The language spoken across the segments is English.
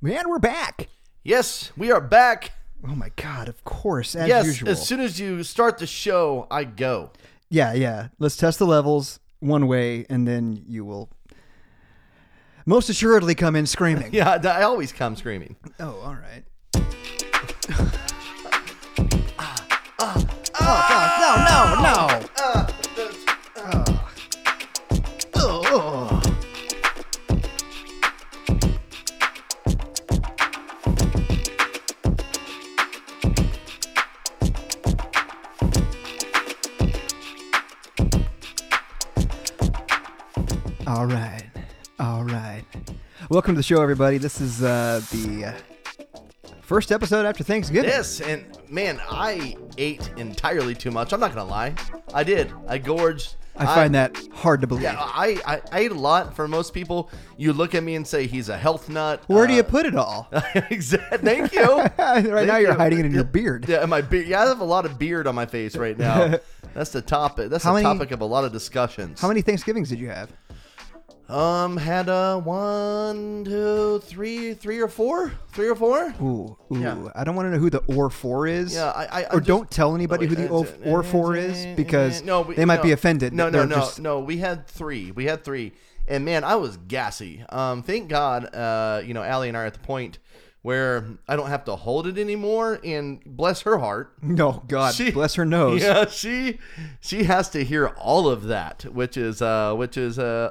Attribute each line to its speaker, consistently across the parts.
Speaker 1: Man, we're back.
Speaker 2: Yes, we are back.
Speaker 1: Oh my god, of course, as
Speaker 2: yes,
Speaker 1: usual.
Speaker 2: as soon as you start the show, I go.
Speaker 1: yeah, yeah. Let's test the levels one way and then you will most assuredly come in screaming.
Speaker 2: Yeah, I I always come screaming.
Speaker 1: Oh, all right. oh, God, no, no, no. Oh. Oh. All right. All right. Welcome to the show, everybody. This is uh, the uh, first episode after Thanksgiving.
Speaker 2: Yes, and man, I ate entirely too much. I'm not gonna lie, I did. I gorged.
Speaker 1: I find that hard to believe.
Speaker 2: Yeah, I, I, I ate a lot. For most people, you look at me and say he's a health nut.
Speaker 1: Where do you put it all?
Speaker 2: exactly. Thank you.
Speaker 1: right now,
Speaker 2: Thank
Speaker 1: you're
Speaker 2: you.
Speaker 1: hiding it in your beard.
Speaker 2: Yeah, my beard. Yeah, I have a lot of beard on my face right now. That's the topic. That's
Speaker 1: How
Speaker 2: the
Speaker 1: many-
Speaker 2: topic of a lot of discussions.
Speaker 1: How many Thanksgivings did you have?
Speaker 2: Um, had a one, two, three, three or four, three or four.
Speaker 1: Ooh, ooh.
Speaker 2: Yeah.
Speaker 1: I don't want to know who the or four is.
Speaker 2: Yeah, I- I- I
Speaker 1: or
Speaker 2: just-
Speaker 1: don't tell anybody who the
Speaker 2: Uh,
Speaker 1: or, or four is because they might
Speaker 2: no.
Speaker 1: be offended.
Speaker 2: No,
Speaker 1: that
Speaker 2: no,
Speaker 1: they're
Speaker 2: no,
Speaker 1: just-
Speaker 2: no. We had three. We had three, and man, I was gassy. Um, thank God, uh, you know, Allie and I are at the point where I don't have to hold it anymore, and bless her heart.
Speaker 1: No, God,
Speaker 2: She-
Speaker 1: bless her nose.
Speaker 2: Yeah, she she has to hear all of that, which is uh, which is uh,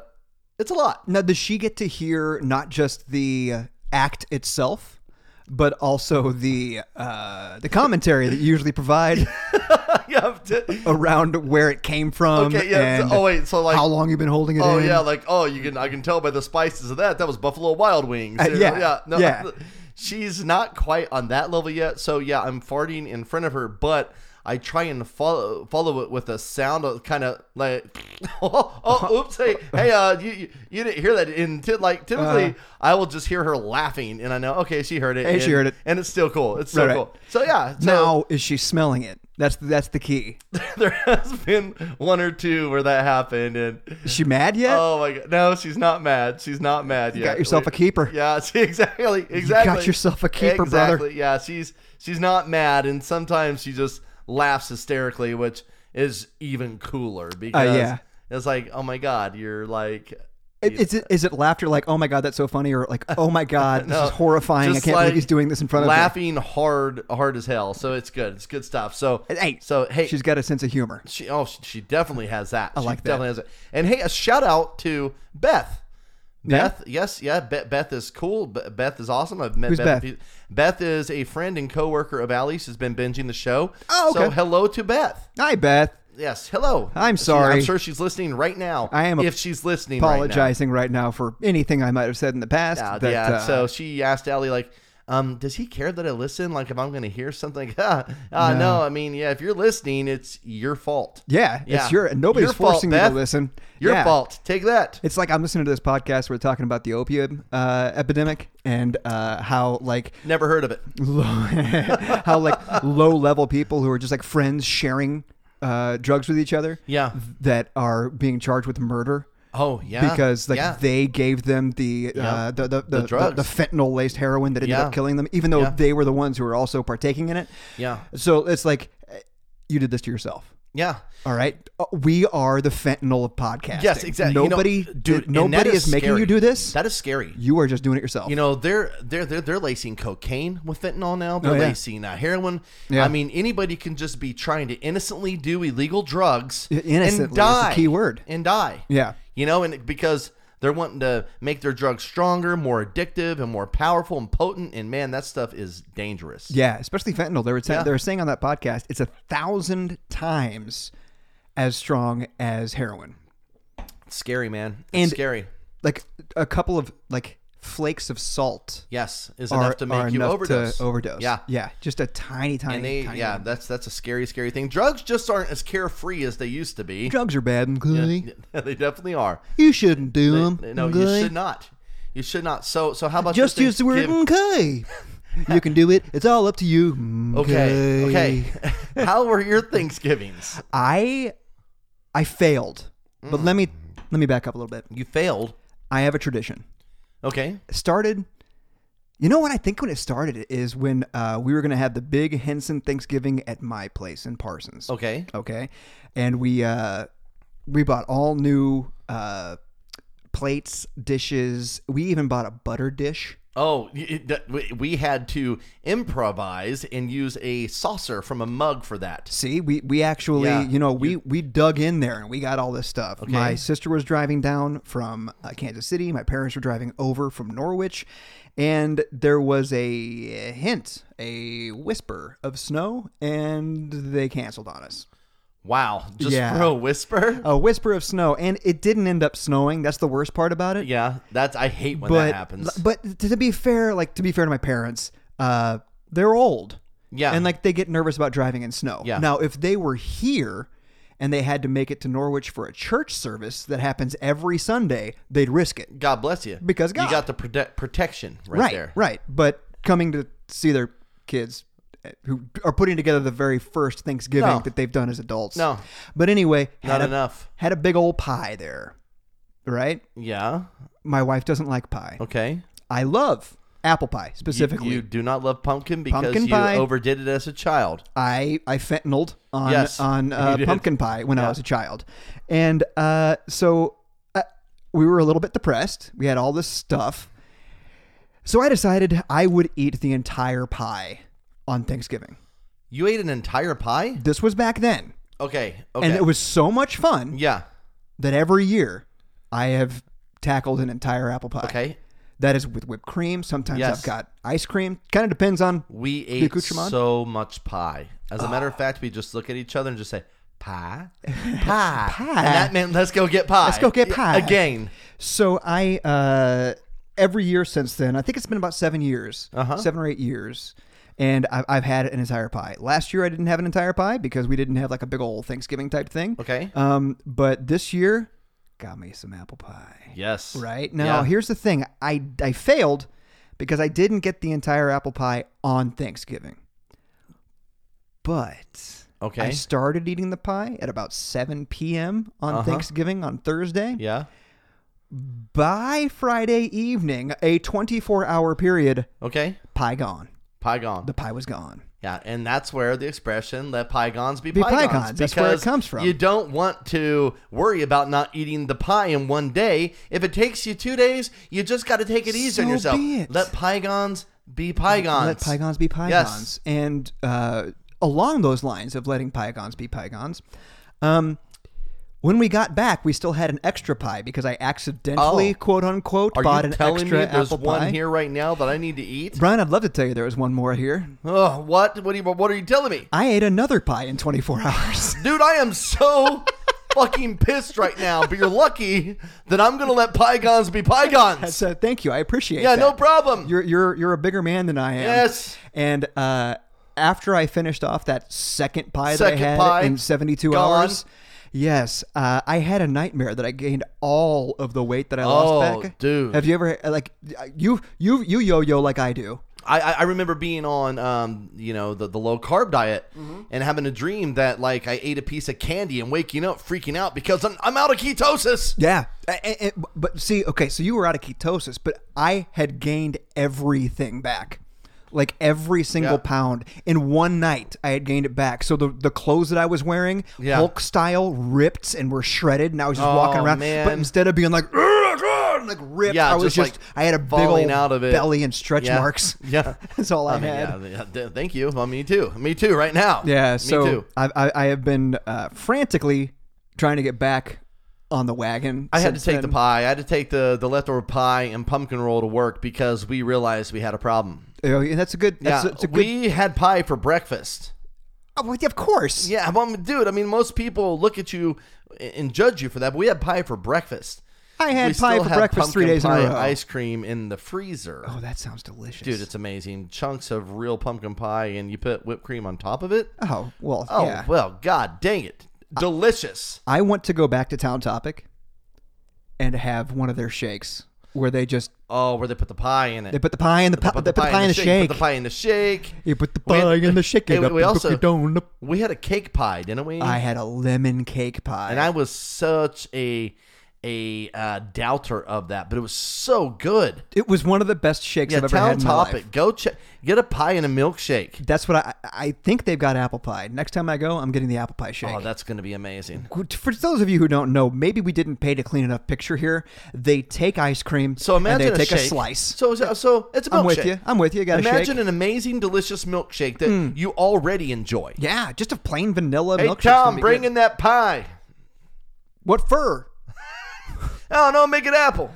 Speaker 2: it's a lot.
Speaker 1: Now, does she get to hear not just the act itself, but also the uh, the commentary that you usually provide
Speaker 2: you have to,
Speaker 1: around where it came from
Speaker 2: okay, yeah. so-
Speaker 1: Um, and
Speaker 2: oh wait, so like
Speaker 1: how long you've been holding it
Speaker 2: Oh
Speaker 1: in?
Speaker 2: yeah, like oh you can I can tell by the spices of that that was Buffalo Wild Wings.
Speaker 1: Uh, yeah,
Speaker 2: yeah,
Speaker 1: yeah.
Speaker 2: She's not quite on that level yet, so yeah, I'm farting in front of her, but I try and follow follow it with a sound of kind of like oh, oh, oops hey hey uh you you, you didn't hear that and t- like typically I will just hear her laughing and I know okay she heard it
Speaker 1: Uh. Hey, she
Speaker 2: and-
Speaker 1: heard it.
Speaker 2: and it's still cool it's still
Speaker 1: Right, right.
Speaker 2: cool so yeah so
Speaker 1: Now is she smelling it? That's that's the key.
Speaker 2: there has been one or two where that happened and
Speaker 1: Is she mad yet?
Speaker 2: Oh my god! No, she's not mad. She's not mad yet.
Speaker 1: got yourself a keeper.
Speaker 2: Yeah, see, exactly. Exactly.
Speaker 1: yourself a keeper,
Speaker 2: exactly.
Speaker 1: brother.
Speaker 2: Yeah, she's she's not mad, and sometimes she just laughs hysterically, which is even cooler because
Speaker 1: Uh, yeah.
Speaker 2: it's like, oh my god, you're like.
Speaker 1: It- Is it is it laughter like oh my god that's so funny or like oh my god this is horrifying I
Speaker 2: just
Speaker 1: can't
Speaker 2: like
Speaker 1: believe he's doing this in front of me.
Speaker 2: laughing hard, hard as hell. So it's good. It's good stuff. So
Speaker 1: Hey,
Speaker 2: so hey,
Speaker 1: She's got a sense of humor.
Speaker 2: She oh she, she definitely has that. I
Speaker 1: like that.
Speaker 2: definitely has it. And hey, a shout out to Beth.
Speaker 1: Yeah?
Speaker 2: Beth, yes, yeah, Beth, Beth is cool. Be- Beth is awesome. I've met
Speaker 1: Who's
Speaker 2: Beth. a few- Beth is a friend and coworker of Alice who's been binging the show.
Speaker 1: Oh,
Speaker 2: So
Speaker 1: okay.
Speaker 2: hello to Beth.
Speaker 1: Hi Beth,
Speaker 2: Yes, hello.
Speaker 1: I'm
Speaker 2: She-
Speaker 1: sorry.
Speaker 2: I'm sure she's listening right now.
Speaker 1: I am
Speaker 2: if she's listening right
Speaker 1: apologizing right now. for anything I might have said in the past.
Speaker 2: now. Uh,
Speaker 1: that,
Speaker 2: yeah.
Speaker 1: uh,
Speaker 2: so she asked Allie like, um, does he care that I listen? Like if I'm going to hear something? Ah, ah, no. I mean, yeah, if you're listening, it's your fault.
Speaker 1: yeah,
Speaker 2: yeah.
Speaker 1: it's your nobody's
Speaker 2: Your fault,
Speaker 1: forcing you
Speaker 2: Beth.
Speaker 1: to listen.
Speaker 2: Your
Speaker 1: Yeah.
Speaker 2: fault. Take that.
Speaker 1: It's like I'm listening to this podcast. We're talking about the opioid uh, epidemic and uh, how like
Speaker 2: Never heard of it.
Speaker 1: low, how like low level people who are just like friends sharing uh, drugs with each other.
Speaker 2: Yeah.
Speaker 1: that are being charged with murder.
Speaker 2: Oh yeah.
Speaker 1: because like
Speaker 2: yeah.
Speaker 1: they gave them the, uh, the, the, the,
Speaker 2: drugs.
Speaker 1: the fentanyl laced heroin that ended
Speaker 2: Yeah.
Speaker 1: up killing them, even though
Speaker 2: Yeah.
Speaker 1: they were the ones who were also partaking in it.
Speaker 2: yeah.
Speaker 1: So it's like eh, you did this to yourself.
Speaker 2: Yeah.
Speaker 1: All right, Uh, we are the fentanyl of podcasting.
Speaker 2: Yes, exactly. You know,
Speaker 1: Nobody,
Speaker 2: dude,
Speaker 1: did-
Speaker 2: and
Speaker 1: nobody
Speaker 2: that
Speaker 1: is, making
Speaker 2: scary.
Speaker 1: you do this.
Speaker 2: That is scary.
Speaker 1: you are just doing it yourself.
Speaker 2: You know, they're they're they're they're lacing cocaine with fentanyl now. They're
Speaker 1: Oh, yeah.
Speaker 2: lacing uh, heroin.
Speaker 1: Yeah.
Speaker 2: I mean, anybody can just be trying to innocently do illegal drugs
Speaker 1: I- innocently is
Speaker 2: and
Speaker 1: the
Speaker 2: die.
Speaker 1: key word.
Speaker 2: And die.
Speaker 1: Yeah.
Speaker 2: You know, and it- because they're wanting to make their drugs stronger, more addictive, and more powerful and potent. And man, that stuff is dangerous.
Speaker 1: yeah, especially fentanyl. They were saying
Speaker 2: Yeah.
Speaker 1: they were saying on that podcast, it's a thousand times as strong as heroin.
Speaker 2: It's scary, man. It's
Speaker 1: And-
Speaker 2: scary.
Speaker 1: Like a couple of like flakes of salt
Speaker 2: Yes, is
Speaker 1: are,
Speaker 2: enough to
Speaker 1: are
Speaker 2: make you
Speaker 1: enough to
Speaker 2: overdose.
Speaker 1: overdose.
Speaker 2: Yeah.
Speaker 1: yeah, just a tiny, tiny,
Speaker 2: And they,
Speaker 1: tiny.
Speaker 2: yeah, that's that's a scary, scary thing. Drugs just aren't as carefree as they used to be.
Speaker 1: drugs are bad, McGlooey.
Speaker 2: they definitely are.
Speaker 1: You shouldn't do them.
Speaker 2: No, you should not. You should not. So, so how about
Speaker 1: Um, Just
Speaker 2: this
Speaker 1: use the word
Speaker 2: Thanksgiving-
Speaker 1: okay. you can do it. It's all up to you. Mm,
Speaker 2: Okay,
Speaker 1: okay.
Speaker 2: okay. how were your Thanksgivings?
Speaker 1: I I failed, but
Speaker 2: Mm.
Speaker 1: let me let me back up a little bit.
Speaker 2: You failed.
Speaker 1: I have a tradition.
Speaker 2: Okay.
Speaker 1: It started You know what I think when it started is when uh, we were going to have the big Henson Thanksgiving at my place in Parsons.
Speaker 2: Okay.
Speaker 1: Okay. And we uh, we bought all new uh, plates, dishes. We even bought a butter dish.
Speaker 2: Oh, y- it- that- we- we had to improvise and use a saucer from a mug for that.
Speaker 1: See, we we actually,
Speaker 2: Yeah.
Speaker 1: you know, we we dug in there and we got all this stuff. My sister was driving down from uh, Kansas City. My parents were driving over from Norwich, and there was a hint, a whisper of snow, and they canceled on us.
Speaker 2: Wow. Just
Speaker 1: Yeah.
Speaker 2: for a whisper?
Speaker 1: A whisper of snow, and it didn't end up snowing. That's the worst part about it.
Speaker 2: Yeah. That's I hate when
Speaker 1: but
Speaker 2: that happens.
Speaker 1: but to be fair, like to be fair to my parents, uh, they're old.
Speaker 2: Yeah.
Speaker 1: and like they get nervous about driving in snow.
Speaker 2: Yeah.
Speaker 1: Now, if they were here and they had to make it to Norwich for a church service that happens every Sunday, they'd risk it.
Speaker 2: God bless you.
Speaker 1: Because God.
Speaker 2: you got the prote- protection right,
Speaker 1: Right,
Speaker 2: there.
Speaker 1: right. But coming to see their kids uh, who are putting together the very first Thanksgiving
Speaker 2: No.
Speaker 1: that they've done as adults.
Speaker 2: No.
Speaker 1: But anyway, had
Speaker 2: Not
Speaker 1: a,
Speaker 2: enough.
Speaker 1: had a big old pie there. Right?
Speaker 2: Yeah.
Speaker 1: My wife doesn't like pie.
Speaker 2: Okay.
Speaker 1: I love apple pie
Speaker 2: You,
Speaker 1: specifically.
Speaker 2: you do not love pumpkin because
Speaker 1: Pumpkin
Speaker 2: you
Speaker 1: pie.
Speaker 2: overdid it as a child.
Speaker 1: I I fentanyl on
Speaker 2: Yes,
Speaker 1: on
Speaker 2: you
Speaker 1: uh,
Speaker 2: did.
Speaker 1: pumpkin pie when I was a child, and uh, so uh, we were a little bit depressed. We had all this stuff, so I decided I would eat the entire pie on Thanksgiving.
Speaker 2: You ate an entire pie?
Speaker 1: This was back then,
Speaker 2: Okay. Okay.
Speaker 1: and it was so much fun
Speaker 2: yeah.
Speaker 1: that every year I have tackled an entire apple pie.
Speaker 2: Okay.
Speaker 1: That is with whipped cream. Sometimes
Speaker 2: Yes.
Speaker 1: I've got ice cream. Kind of depends on.
Speaker 2: We ate
Speaker 1: accoutrement? Ah.
Speaker 2: so much pie. As a matter of fact, we just look at each other and just say, pie? Pie. pie. And that meant, let's go get pie. Let's
Speaker 1: go get pie.
Speaker 2: Again.
Speaker 1: So I uh, every year since then, I think it's been about seven years,
Speaker 2: Uh-huh.
Speaker 1: seven or eight years, and I've, I've had an entire pie. Last year I didn't have an entire pie because we didn't have like a big old Thanksgiving type thing.
Speaker 2: Okay.
Speaker 1: Um, but this year, got me some apple pie.
Speaker 2: yes.
Speaker 1: Right now,
Speaker 2: Yeah.
Speaker 1: here's the thing: I I failed because I didn't get the entire apple pie on Thanksgiving, but. I
Speaker 2: Okay.
Speaker 1: started eating the pie at about 7 p.m. on
Speaker 2: Uh-huh.
Speaker 1: Thanksgiving on Thursday
Speaker 2: yeah.
Speaker 1: by Friday evening, a 24 hour period,
Speaker 2: Okay.
Speaker 1: pie gone.
Speaker 2: Pie gone.
Speaker 1: The pie was gone.
Speaker 2: Yeah, and that's where the expression "let pygones be,
Speaker 1: Be
Speaker 2: pygons,"
Speaker 1: pygons, that's where it
Speaker 2: because
Speaker 1: comes from.
Speaker 2: You don't want to worry about not eating the pie in one day. If it takes you two days, you just got to take it easy on
Speaker 1: So
Speaker 2: yourself.
Speaker 1: be it.
Speaker 2: Let pygons be pygons.
Speaker 1: Let Pygons be Pygons.
Speaker 2: Yes.
Speaker 1: And uh, along those lines of letting Pygons be Pygons, um, when we got back, we still had an extra pie because I accidentally,
Speaker 2: Oh.
Speaker 1: quote unquote,
Speaker 2: Are
Speaker 1: bought
Speaker 2: you
Speaker 1: an
Speaker 2: telling me
Speaker 1: extra
Speaker 2: there's
Speaker 1: apple
Speaker 2: one
Speaker 1: pie.
Speaker 2: here right now that I need to eat?
Speaker 1: Brian, I'd love to tell you there was one more here.
Speaker 2: Oh, what? What are you? What are you telling me,
Speaker 1: I ate another pie in 24 hours.
Speaker 2: dude? I am so fucking pissed right now. But you're lucky that I'm gonna let pygons be pygons.
Speaker 1: so thank you. I appreciate
Speaker 2: Yeah,
Speaker 1: that.
Speaker 2: no problem.
Speaker 1: You're you're you're a bigger man than I am.
Speaker 2: Yes.
Speaker 1: And uh, after I finished off that second pie
Speaker 2: Second
Speaker 1: that I had
Speaker 2: pie,
Speaker 1: in 72
Speaker 2: gone.
Speaker 1: hours, yes, uh, I had a nightmare that I gained all of the weight that I
Speaker 2: Oh,
Speaker 1: lost back.
Speaker 2: dude.
Speaker 1: have you ever like you you you yo-yo like I do?
Speaker 2: I, I I remember being on um, you know the, the low carb diet and having a dream that like I ate a piece of candy and waking up freaking out because I'm, I'm out of ketosis.
Speaker 1: Yeah. but see, okay, so you were out of ketosis, but I had gained everything back. Like every single
Speaker 2: Yeah.
Speaker 1: pound in one night, I had gained it back. So the, the clothes that I was wearing,
Speaker 2: Yeah.
Speaker 1: Hulk style, ripped and were shredded, and I was just
Speaker 2: Oh,
Speaker 1: walking around. But
Speaker 2: man.
Speaker 1: instead of being like, "Ugh, ugh," like ripped,
Speaker 2: Yeah,
Speaker 1: I was
Speaker 2: just, like,
Speaker 1: just, I had a big
Speaker 2: falling
Speaker 1: old
Speaker 2: out of it.
Speaker 1: belly and stretch
Speaker 2: Yeah.
Speaker 1: marks.
Speaker 2: Yeah.
Speaker 1: That's all I,
Speaker 2: I mean,
Speaker 1: had.
Speaker 2: yeah, yeah, th- thank you. Well, me too. Me too. Right now.
Speaker 1: Yeah,
Speaker 2: Me
Speaker 1: so
Speaker 2: too.
Speaker 1: I, I, I have been uh, frantically trying to get back on the wagon.
Speaker 2: I had to take the pie. I had to take the the leftover pie and pumpkin roll to work because we realized we had a problem.
Speaker 1: And Oh, that's a good. That's
Speaker 2: yeah,
Speaker 1: a, it's a good
Speaker 2: we had pie for breakfast.
Speaker 1: Oh, well, yeah, of course.
Speaker 2: Yeah, well, dude. I mean, most people look at you and judge you for that, but we had pie for breakfast.
Speaker 1: I had
Speaker 2: we
Speaker 1: pie
Speaker 2: still
Speaker 1: for
Speaker 2: have
Speaker 1: breakfast three
Speaker 2: pumpkin
Speaker 1: days in a
Speaker 2: pie and
Speaker 1: row.
Speaker 2: Ice cream in the freezer.
Speaker 1: Oh, that sounds delicious.
Speaker 2: Dude, it's amazing. Chunks of real pumpkin pie, and you put whipped cream on top of it.
Speaker 1: oh, well,
Speaker 2: Oh
Speaker 1: yeah.
Speaker 2: well, god dang it, delicious.
Speaker 1: I want to go back to Town Topic and have one of their shakes where they just
Speaker 2: Oh, where they put the pie in it.
Speaker 1: they put the pie in the, pi- they put the pie in the shake.
Speaker 2: Put the pie in the shake.
Speaker 1: You put the pie in the shake.
Speaker 2: Hey,
Speaker 1: it up
Speaker 2: we
Speaker 1: and cook
Speaker 2: also-
Speaker 1: it down up.
Speaker 2: We had a cake pie, didn't we?
Speaker 1: I had a lemon cake pie.
Speaker 2: and I was such a a uh, doubter of that, but it was so good.
Speaker 1: It was one of the best shakes
Speaker 2: Yeah,
Speaker 1: I've ever had
Speaker 2: town
Speaker 1: in my life.
Speaker 2: topic. Go check. Get a pie and a milkshake.
Speaker 1: That's what I I think they've got apple pie. Next time I go, I'm getting the apple pie shake.
Speaker 2: Oh, that's going to be amazing.
Speaker 1: for those of you who don't know, maybe we didn't paint a clean enough picture here. They take ice cream,
Speaker 2: So imagine
Speaker 1: and they
Speaker 2: a
Speaker 1: take
Speaker 2: shake.
Speaker 1: a slice.
Speaker 2: So so- so it's a milkshake.
Speaker 1: I'm with you. I'm with you. Got a shake. Hmm.
Speaker 2: Imagine an amazing, delicious milkshake that you already enjoy.
Speaker 1: yeah, just a plain vanilla
Speaker 2: Hey
Speaker 1: milkshake.
Speaker 2: Tom, bring in that pie.
Speaker 1: what fur?
Speaker 2: Oh no, make it apple.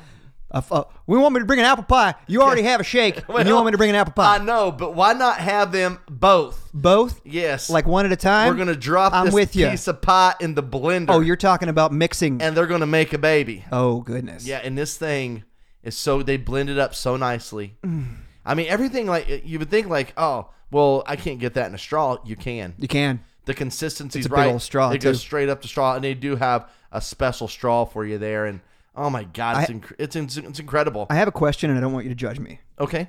Speaker 1: A f- uh, we want me to bring an apple pie. You already have a shake, and you want me to bring an apple pie.
Speaker 2: I know, but why not have them both?
Speaker 1: Both,
Speaker 2: Yes.
Speaker 1: like one at a time.
Speaker 2: we're gonna drop
Speaker 1: I'm
Speaker 2: this
Speaker 1: with you.
Speaker 2: piece of pie in the blender.
Speaker 1: Oh, you're talking about mixing.
Speaker 2: and they're gonna make a baby.
Speaker 1: oh goodness.
Speaker 2: Yeah, and this thing is so they blend it up so nicely.
Speaker 1: Mm.
Speaker 2: I mean, everything like you would think like, oh, well, I can't get that in a straw. You can.
Speaker 1: You can.
Speaker 2: The consistency's
Speaker 1: It's a big
Speaker 2: right.
Speaker 1: old straw,
Speaker 2: It goes
Speaker 1: too.
Speaker 2: straight up to straw, and they do have a special straw for you there. And oh my god, it's inc- it's, in- it's incredible.
Speaker 1: I have a question, and I don't want you to judge me.
Speaker 2: okay,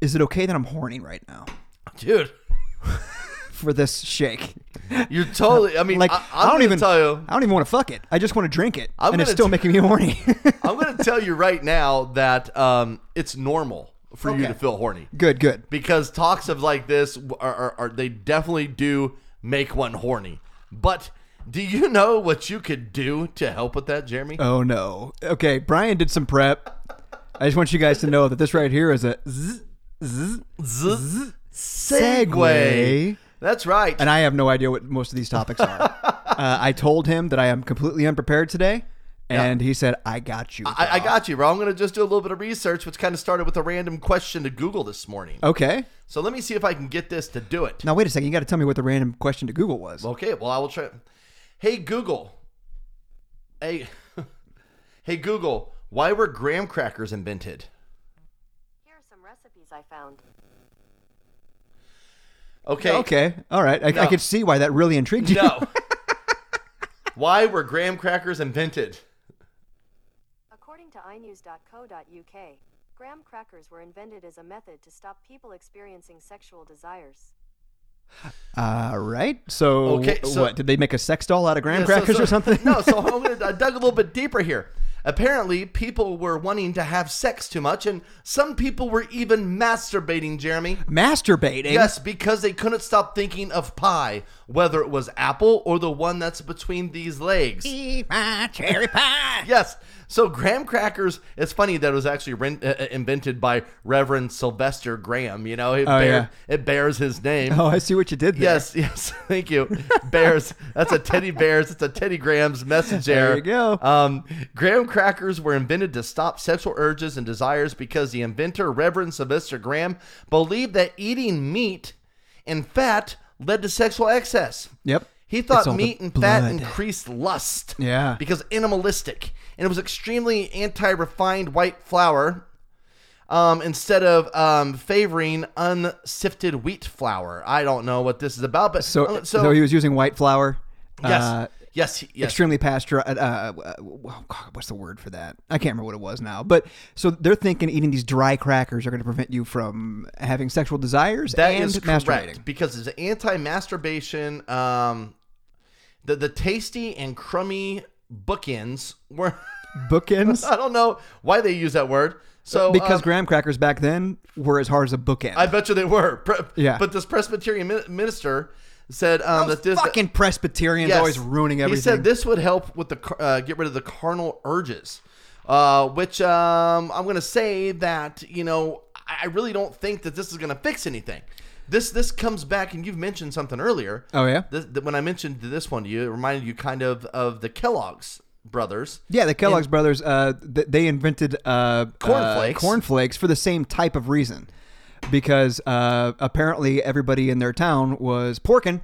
Speaker 1: Is it okay that I'm horny right now
Speaker 2: dude,
Speaker 1: for this shake?
Speaker 2: you're totally. I mean,
Speaker 1: Like
Speaker 2: I,
Speaker 1: I,
Speaker 2: I'm
Speaker 1: don't
Speaker 2: gonna
Speaker 1: even
Speaker 2: tell you.
Speaker 1: I don't even want to fuck it. I just want to drink it,
Speaker 2: I'm
Speaker 1: and it's
Speaker 2: gonna
Speaker 1: still
Speaker 2: t-
Speaker 1: making me horny.
Speaker 2: I'm gonna tell you right now that um, it's normal for you
Speaker 1: Okay.
Speaker 2: to feel horny
Speaker 1: good, good.
Speaker 2: because talks of like this are, are, are they definitely do make one horny. But do you know what you could do to help with that, Jeremy?
Speaker 1: Oh no. Okay, Brian did some prep. I just want you guys to know that this right here is a zzz, zzz,
Speaker 2: Z-
Speaker 1: segue.
Speaker 2: That's right.
Speaker 1: and I have no idea what most of these topics are. uh, I told him that I am completely unprepared today, and he said, "I got you."
Speaker 2: I, I got you, bro. I'm going to just do a little bit of research, which kind of started with a random question to Google this morning.
Speaker 1: okay.
Speaker 2: So let me see if I can get this to do it.
Speaker 1: Now wait a second. You got to tell me what the random question to Google was.
Speaker 2: Okay, well, I will try. Hey, Google. Hey, hey, Google. Why were graham crackers invented?
Speaker 3: Here are some recipes I found.
Speaker 2: Okay.
Speaker 1: okay. All right. I, I
Speaker 2: No.
Speaker 1: could see why that really intrigued you.
Speaker 2: No. Why were graham crackers invented?
Speaker 3: According to inews.co.uk, graham crackers were invented as a method to stop people experiencing sexual desires.
Speaker 1: All right. So,
Speaker 2: Okay, so-
Speaker 1: what did they make a sex doll out of graham
Speaker 2: Yeah, so-
Speaker 1: crackers
Speaker 2: so-
Speaker 1: or something?
Speaker 2: No, so I'm gonna, I dug a little bit deeper here. Apparently, people were wanting to have sex too much, and some people were even masturbating, Jeremy.
Speaker 1: Masturbating.
Speaker 2: Yes, because they couldn't stop thinking of pie, whether it was apple or the one that's between these legs.
Speaker 1: Eat my cherry pie.
Speaker 2: Yes. So graham crackers. It's funny that it was actually ren- uh, uh, invented by Reverend Sylvester Graham. You know, it,
Speaker 1: Oh,
Speaker 2: bear-
Speaker 1: yeah.
Speaker 2: it bears his name.
Speaker 1: Oh, I see what you did there.
Speaker 2: Yes, yes. Thank you. Bears. That's a Teddy Bears. It's a Teddy Graham's messenger.
Speaker 1: There you go.
Speaker 2: Um, graham crackers were invented to stop sexual urges and desires because the inventor, Reverend Sylvester Graham, believed that eating meat and fat led to sexual excess.
Speaker 1: Yep.
Speaker 2: He
Speaker 1: It's all
Speaker 2: thought
Speaker 1: the
Speaker 2: meat and fat
Speaker 1: blood.
Speaker 2: increased lust.
Speaker 1: Yeah.
Speaker 2: Because animalistic. And it was extremely anti refined white flour um, instead of um, favoring unsifted wheat flour. I don't know what this is about, but
Speaker 1: So,
Speaker 2: uh,
Speaker 1: so, he was using white flour.
Speaker 2: yes,
Speaker 1: Uh,
Speaker 2: yes, yes.
Speaker 1: Extremely pasture. Uh, uh, well, God, what's the word for that? I can't remember what it was now. But so they're thinking eating these dry crackers are going to prevent you from having sexual desires
Speaker 2: That
Speaker 1: and
Speaker 2: is
Speaker 1: masturbating.
Speaker 2: correct because it's anti-masturbation. Um, the the tasty and crummy bookends were.
Speaker 1: Bookends.
Speaker 2: I don't know why they use that word. So
Speaker 1: because
Speaker 2: um,
Speaker 1: graham crackers back then were as hard as a bookend.
Speaker 2: I bet you they were. Pre-
Speaker 1: Yeah.
Speaker 2: But this Presbyterian min- minister said um, that this uh,
Speaker 1: Fucking Presbyterians
Speaker 2: Yes.
Speaker 1: always ruining everything.
Speaker 2: He said this would help with the car- uh, get rid of the carnal urges, uh, which um, I'm going to say that you know I I really don't think that this is going to fix anything. This this comes back, and you've mentioned something earlier.
Speaker 1: Oh, yeah?
Speaker 2: This, that when I mentioned this one to you, it reminded you kind of of the Kellogg's brothers.
Speaker 1: Yeah, the Kellogg's brothers, uh, th- they invented uh,
Speaker 2: Cornflakes.
Speaker 1: uh, cornflakes for the same type of reason, because uh, apparently everybody in their town was porking,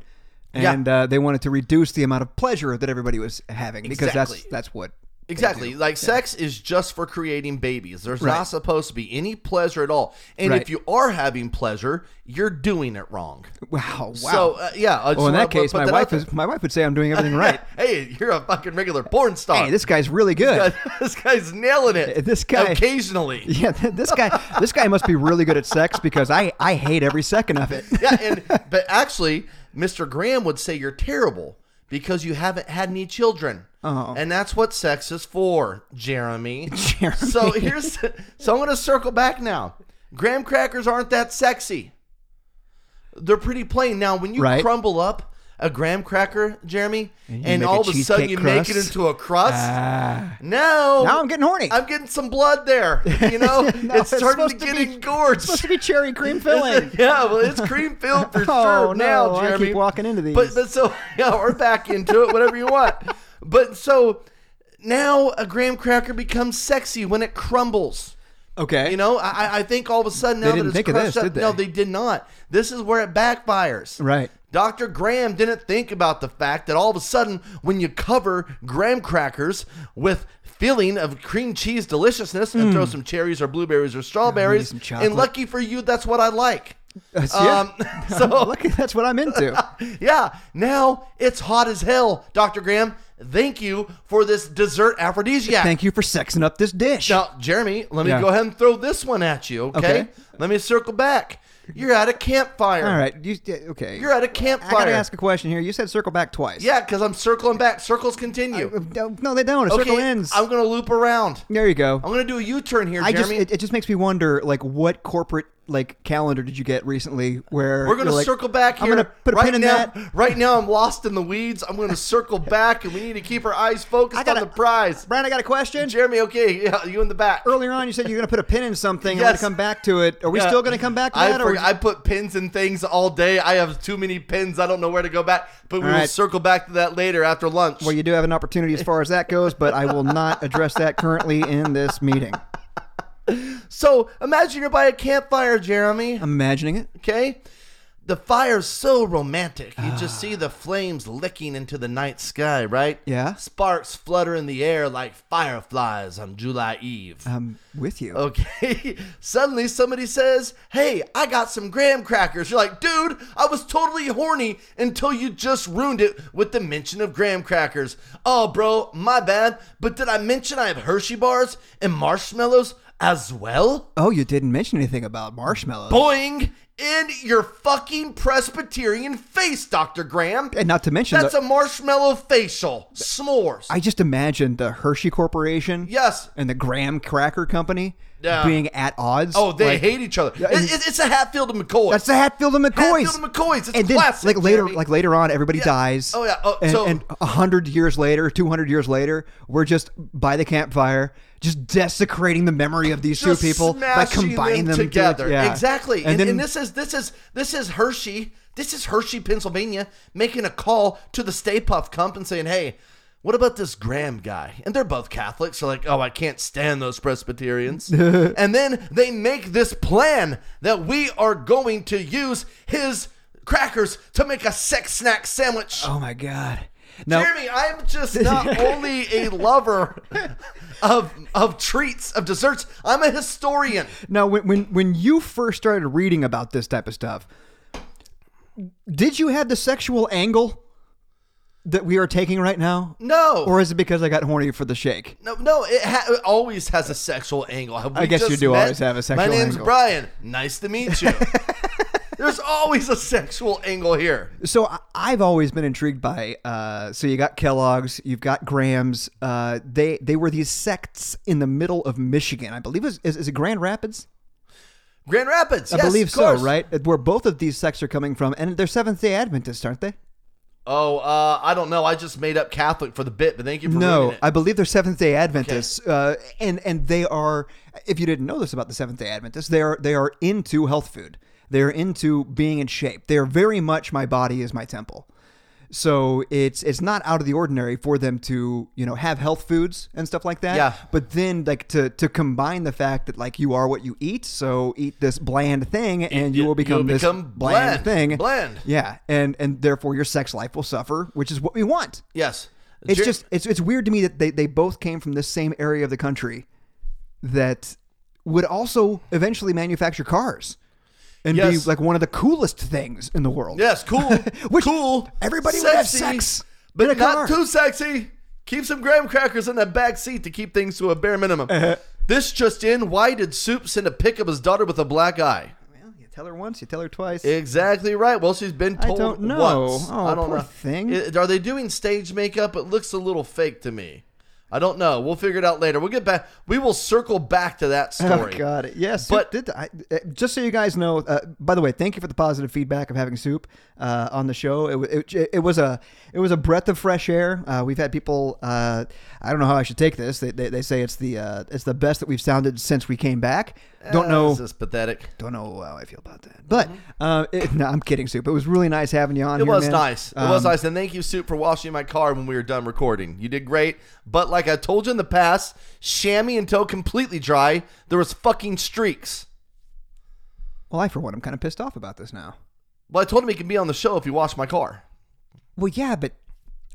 Speaker 1: and uh, they wanted to reduce the amount of pleasure that everybody was having because that's
Speaker 2: Exactly.
Speaker 1: that's what.
Speaker 2: Exactly. Like sex is just for creating babies. There's
Speaker 1: Right.
Speaker 2: not supposed to be any pleasure at all. And
Speaker 1: Right.
Speaker 2: if you are having pleasure, you're doing it wrong.
Speaker 1: Wow! Wow!
Speaker 2: So uh, yeah. I just
Speaker 1: well, in
Speaker 2: wanna
Speaker 1: that case,
Speaker 2: put
Speaker 1: my
Speaker 2: that
Speaker 1: wife
Speaker 2: out there.
Speaker 1: is, my wife would say I'm doing everything right.
Speaker 2: hey, you're a fucking regular porn star.
Speaker 1: hey, this guy's really good.
Speaker 2: this guy's nailing it.
Speaker 1: This guy-
Speaker 2: occasionally.
Speaker 1: Yeah, th- this guy, this guy must be really good at sex because I, I hate every second of it.
Speaker 2: yeah, and but actually, Mr. Graham would say you're terrible because you haven't had any children.
Speaker 1: Oh.
Speaker 2: And that's what sex is for, Jeremy.
Speaker 1: Jeremy.
Speaker 2: So here's so I'm gonna circle back now. Graham crackers aren't that sexy. They're pretty plain. Now when you
Speaker 1: Right.
Speaker 2: crumble up a graham cracker, Jeremy,
Speaker 1: And
Speaker 2: and,
Speaker 1: you make a
Speaker 2: all of a sudden
Speaker 1: cheesecake
Speaker 2: you make it
Speaker 1: crust.
Speaker 2: into a crust.
Speaker 1: Ah.
Speaker 2: no.
Speaker 1: now I'm getting horny.
Speaker 2: I'm getting some blood there. You know?
Speaker 1: No,
Speaker 2: it's
Speaker 1: it's
Speaker 2: starting to
Speaker 1: supposed to
Speaker 2: get
Speaker 1: be-
Speaker 2: engorged.
Speaker 1: it's supposed to be cherry cream filling.
Speaker 2: yeah, well, it's cream filled for
Speaker 1: Oh,
Speaker 2: sure now,
Speaker 1: no, I keep
Speaker 2: Jeremy.
Speaker 1: walking into these.
Speaker 2: But, but so, yeah, or back into it, whatever you want. But so now a graham cracker becomes sexy when it crumbles.
Speaker 1: okay.
Speaker 2: You know, I, I- I think all of a sudden now
Speaker 1: didn't
Speaker 2: that it's
Speaker 1: think of
Speaker 2: crushed
Speaker 1: this,
Speaker 2: up,
Speaker 1: did they?
Speaker 2: no, they did not. This is where it backfires.
Speaker 1: Right.
Speaker 2: Dr. Graham didn't think about the fact that all of a sudden, when you cover graham crackers with filling of cream cheese deliciousness and throw some cherries or blueberries or strawberries,
Speaker 1: Mm. some chocolate.
Speaker 2: and lucky for you, that's what I like.
Speaker 1: That's-
Speaker 2: Um,
Speaker 1: Uh, yeah.
Speaker 2: so-
Speaker 1: Look, that's what I'm into.
Speaker 2: Yeah, now it's hot as hell, Dr. Graham. Thank you for this dessert aphrodisiac.
Speaker 1: Thank you for sexing up this dish.
Speaker 2: Now, Jeremy, let me
Speaker 1: Yeah.
Speaker 2: go ahead and throw this one at you, okay?
Speaker 1: Okay.
Speaker 2: Let me circle back. You're at a campfire.
Speaker 1: All right. You, yeah, okay.
Speaker 2: You're at a
Speaker 1: I
Speaker 2: campfire.
Speaker 1: gotta ask a question here. You said circle back twice.
Speaker 2: yeah, because I'm circling back. Circles continue.
Speaker 1: Uh, No, they don't. A circle ends.
Speaker 2: I'm gonna loop around.
Speaker 1: there you go.
Speaker 2: I'm gonna do a U-turn here,
Speaker 1: I just
Speaker 2: Jeremy.
Speaker 1: it, it just makes me wonder like what corporate like calendar did you get recently where
Speaker 2: We're gonna
Speaker 1: you're like,
Speaker 2: circle back here.
Speaker 1: I'm gonna put a
Speaker 2: right
Speaker 1: pin in
Speaker 2: now,
Speaker 1: that.
Speaker 2: Right now, I'm lost in the weeds. I'm gonna circle back, and we need to keep our eyes focused on the prize.
Speaker 1: Brian, I got a question.
Speaker 2: Jeremy, okay, yeah, you in the back.
Speaker 1: Earlier on, you said you were gonna put a pin in something. I'm
Speaker 2: Yes.
Speaker 1: gonna come back to it. Are we
Speaker 2: Yeah.
Speaker 1: still gonna come back to
Speaker 2: I,
Speaker 1: that? or
Speaker 2: forg- I put pins in things all day. I have too many pins. I don't know where to go back. But we
Speaker 1: All
Speaker 2: will
Speaker 1: right.
Speaker 2: circle back to that later after lunch.
Speaker 1: well, you do have an opportunity as far as that goes, but I will not address that currently in this meeting.
Speaker 2: so imagine you're by a campfire, Jeremy.
Speaker 1: I'm imagining it.
Speaker 2: Okay? The fire's so romantic. You just see the flames licking into the night sky, right?
Speaker 1: Yeah.
Speaker 2: Sparks flutter in the air like fireflies on July Eve.
Speaker 1: I'm with you.
Speaker 2: Oh. Okay. Suddenly somebody says, Hey, I got some graham crackers. You're like, Dude, I was totally horny until you just ruined it with the mention of graham crackers. Oh, bro, my bad. But did I mention I have Hershey bars and marshmallows as well?
Speaker 1: Oh, you didn't mention anything about marshmallows.
Speaker 2: Boing in your fucking Presbyterian face, Dr. Graham.
Speaker 1: and not to mention,
Speaker 2: That's
Speaker 1: the,
Speaker 2: a marshmallow facial. S'mores.
Speaker 1: I just imagined the Hershey Corporation.
Speaker 2: yes.
Speaker 1: and the Graham Cracker Company
Speaker 2: Yeah.
Speaker 1: being at odds.
Speaker 2: Oh, they
Speaker 1: Like,
Speaker 2: hate each other.
Speaker 1: and-
Speaker 2: It- it- it's a Hatfield and McCoy.
Speaker 1: That's the Hatfield and McCoys.
Speaker 2: Hatfield and McCoys. It's
Speaker 1: and then,
Speaker 2: classic,
Speaker 1: like later,
Speaker 2: Jeremy.
Speaker 1: like later on, everybody dies.
Speaker 2: Oh, yeah. Oh,
Speaker 1: and,
Speaker 2: so-
Speaker 1: and a hundred years later, two hundred years later, we're just by the campfire, just desecrating the memory of these
Speaker 2: Just
Speaker 1: two people by
Speaker 2: smashing
Speaker 1: combining them,
Speaker 2: together.
Speaker 1: yeah.
Speaker 2: Exactly. And,
Speaker 1: And, then
Speaker 2: and this is this is this is Hershey. This is Hershey, Pennsylvania, making a call to the Stay Puff Comp and saying, "Hey, what about this Graham guy?" And they're both Catholics. They're like, "Oh, I can't stand those Presbyterians." and then they make this plan that we are going to use his crackers to make a sex snack sandwich.
Speaker 1: oh my god. Now,
Speaker 2: Jeremy, I'm just not only a lover of of treats, of desserts. I'm a historian.
Speaker 1: now, when, when when you first started reading about this type of stuff, did you have the sexual angle that we are taking right now?
Speaker 2: No,
Speaker 1: Or is it because I got horny for the shake?
Speaker 2: no, no. It, ha- it always has a sexual angle. We
Speaker 1: I guess you
Speaker 2: just
Speaker 1: do always have a sexual
Speaker 2: My name's
Speaker 1: angle.
Speaker 2: Brian. Nice to meet you. There's always a sexual angle here.
Speaker 1: So I- I've always been intrigued by. Uh, so you got Kellogg's, you've got Graham's. Uh, they they were these sects in the middle of Michigan, I believe. Is is, is it Grand Rapids?
Speaker 2: Grand Rapids.
Speaker 1: I
Speaker 2: yes,
Speaker 1: believe
Speaker 2: of
Speaker 1: so,
Speaker 2: course.
Speaker 1: right? Where both of these sects are coming from, and they're Seventh Day Adventists, aren't they?
Speaker 2: Oh, uh, I don't know. I just made up Catholic for the bit, but thank you for ruining
Speaker 1: No,
Speaker 2: it.
Speaker 1: I believe they're Seventh Day Adventists, uh, and and they are. If you didn't know this about the Seventh Day Adventists, they are they are into health food. They are into being in shape. They are very much my body is my temple. So it's it's not out of the ordinary for them to you know have health foods and stuff like that.
Speaker 2: Yeah.
Speaker 1: But then like to to combine the fact that like you are what you eat, so eat this bland thing and you
Speaker 2: you-
Speaker 1: will become
Speaker 2: you'll
Speaker 1: this
Speaker 2: become
Speaker 1: bland,
Speaker 2: bland,
Speaker 1: thing.
Speaker 2: bland.
Speaker 1: Yeah, and and therefore your sex life will suffer, which is what we want.
Speaker 2: yes.
Speaker 1: It's
Speaker 2: Jer-
Speaker 1: just it's it's weird to me that they, they both came from this same area of the country that would also eventually manufacture cars and
Speaker 2: Yes.
Speaker 1: be like one of the coolest things in the world.
Speaker 2: yes, cool,
Speaker 1: Which
Speaker 2: cool.
Speaker 1: everybody would have sex
Speaker 2: but
Speaker 1: in a
Speaker 2: not
Speaker 1: car.
Speaker 2: too sexy. Keep some graham crackers in the back seat to keep things to a
Speaker 1: Uh-huh.
Speaker 2: bare minimum. This just in: Why did Soup send a pic of his daughter with a black eye?
Speaker 1: Well, you Tell her once, you tell her twice.
Speaker 2: Exactly right. Well, she's been
Speaker 1: I
Speaker 2: told
Speaker 1: don't know.
Speaker 2: once.
Speaker 1: Oh,
Speaker 2: I don't
Speaker 1: poor
Speaker 2: know.
Speaker 1: thing.
Speaker 2: I- are they doing stage makeup? It looks a little fake to me. I don't know. We'll figure it out later. We'll get back. We will circle back to that
Speaker 1: Oh
Speaker 2: story.
Speaker 1: God! Yes,
Speaker 2: But-
Speaker 1: but did I, uh, just so you guys know, uh, by the way, thank you for the positive feedback of having soup uh, on the show. It, wa- it, it was a it was a breath of fresh air. Uh, we've had people. Uh, I don't know how I should take this. They, they, they say it's the uh, it's the best that we've sounded since we came back. Don't know.
Speaker 2: This is pathetic.
Speaker 1: don't know how I feel about that, but uh, it, no, I'm kidding, Soup. It was really nice having you on.
Speaker 2: Mm-hmm. It
Speaker 1: here,
Speaker 2: was
Speaker 1: man. Um,
Speaker 2: nice. It was nice. And thank you, Soup, for washing my car when we were done recording. You did great. But like I told you in the past, chamois until completely dry, there was fucking streaks.
Speaker 1: Well, I for one, I'm kind of pissed off about this now.
Speaker 2: Well, I told him he could be on the show if you wash my car.
Speaker 1: Well, yeah, but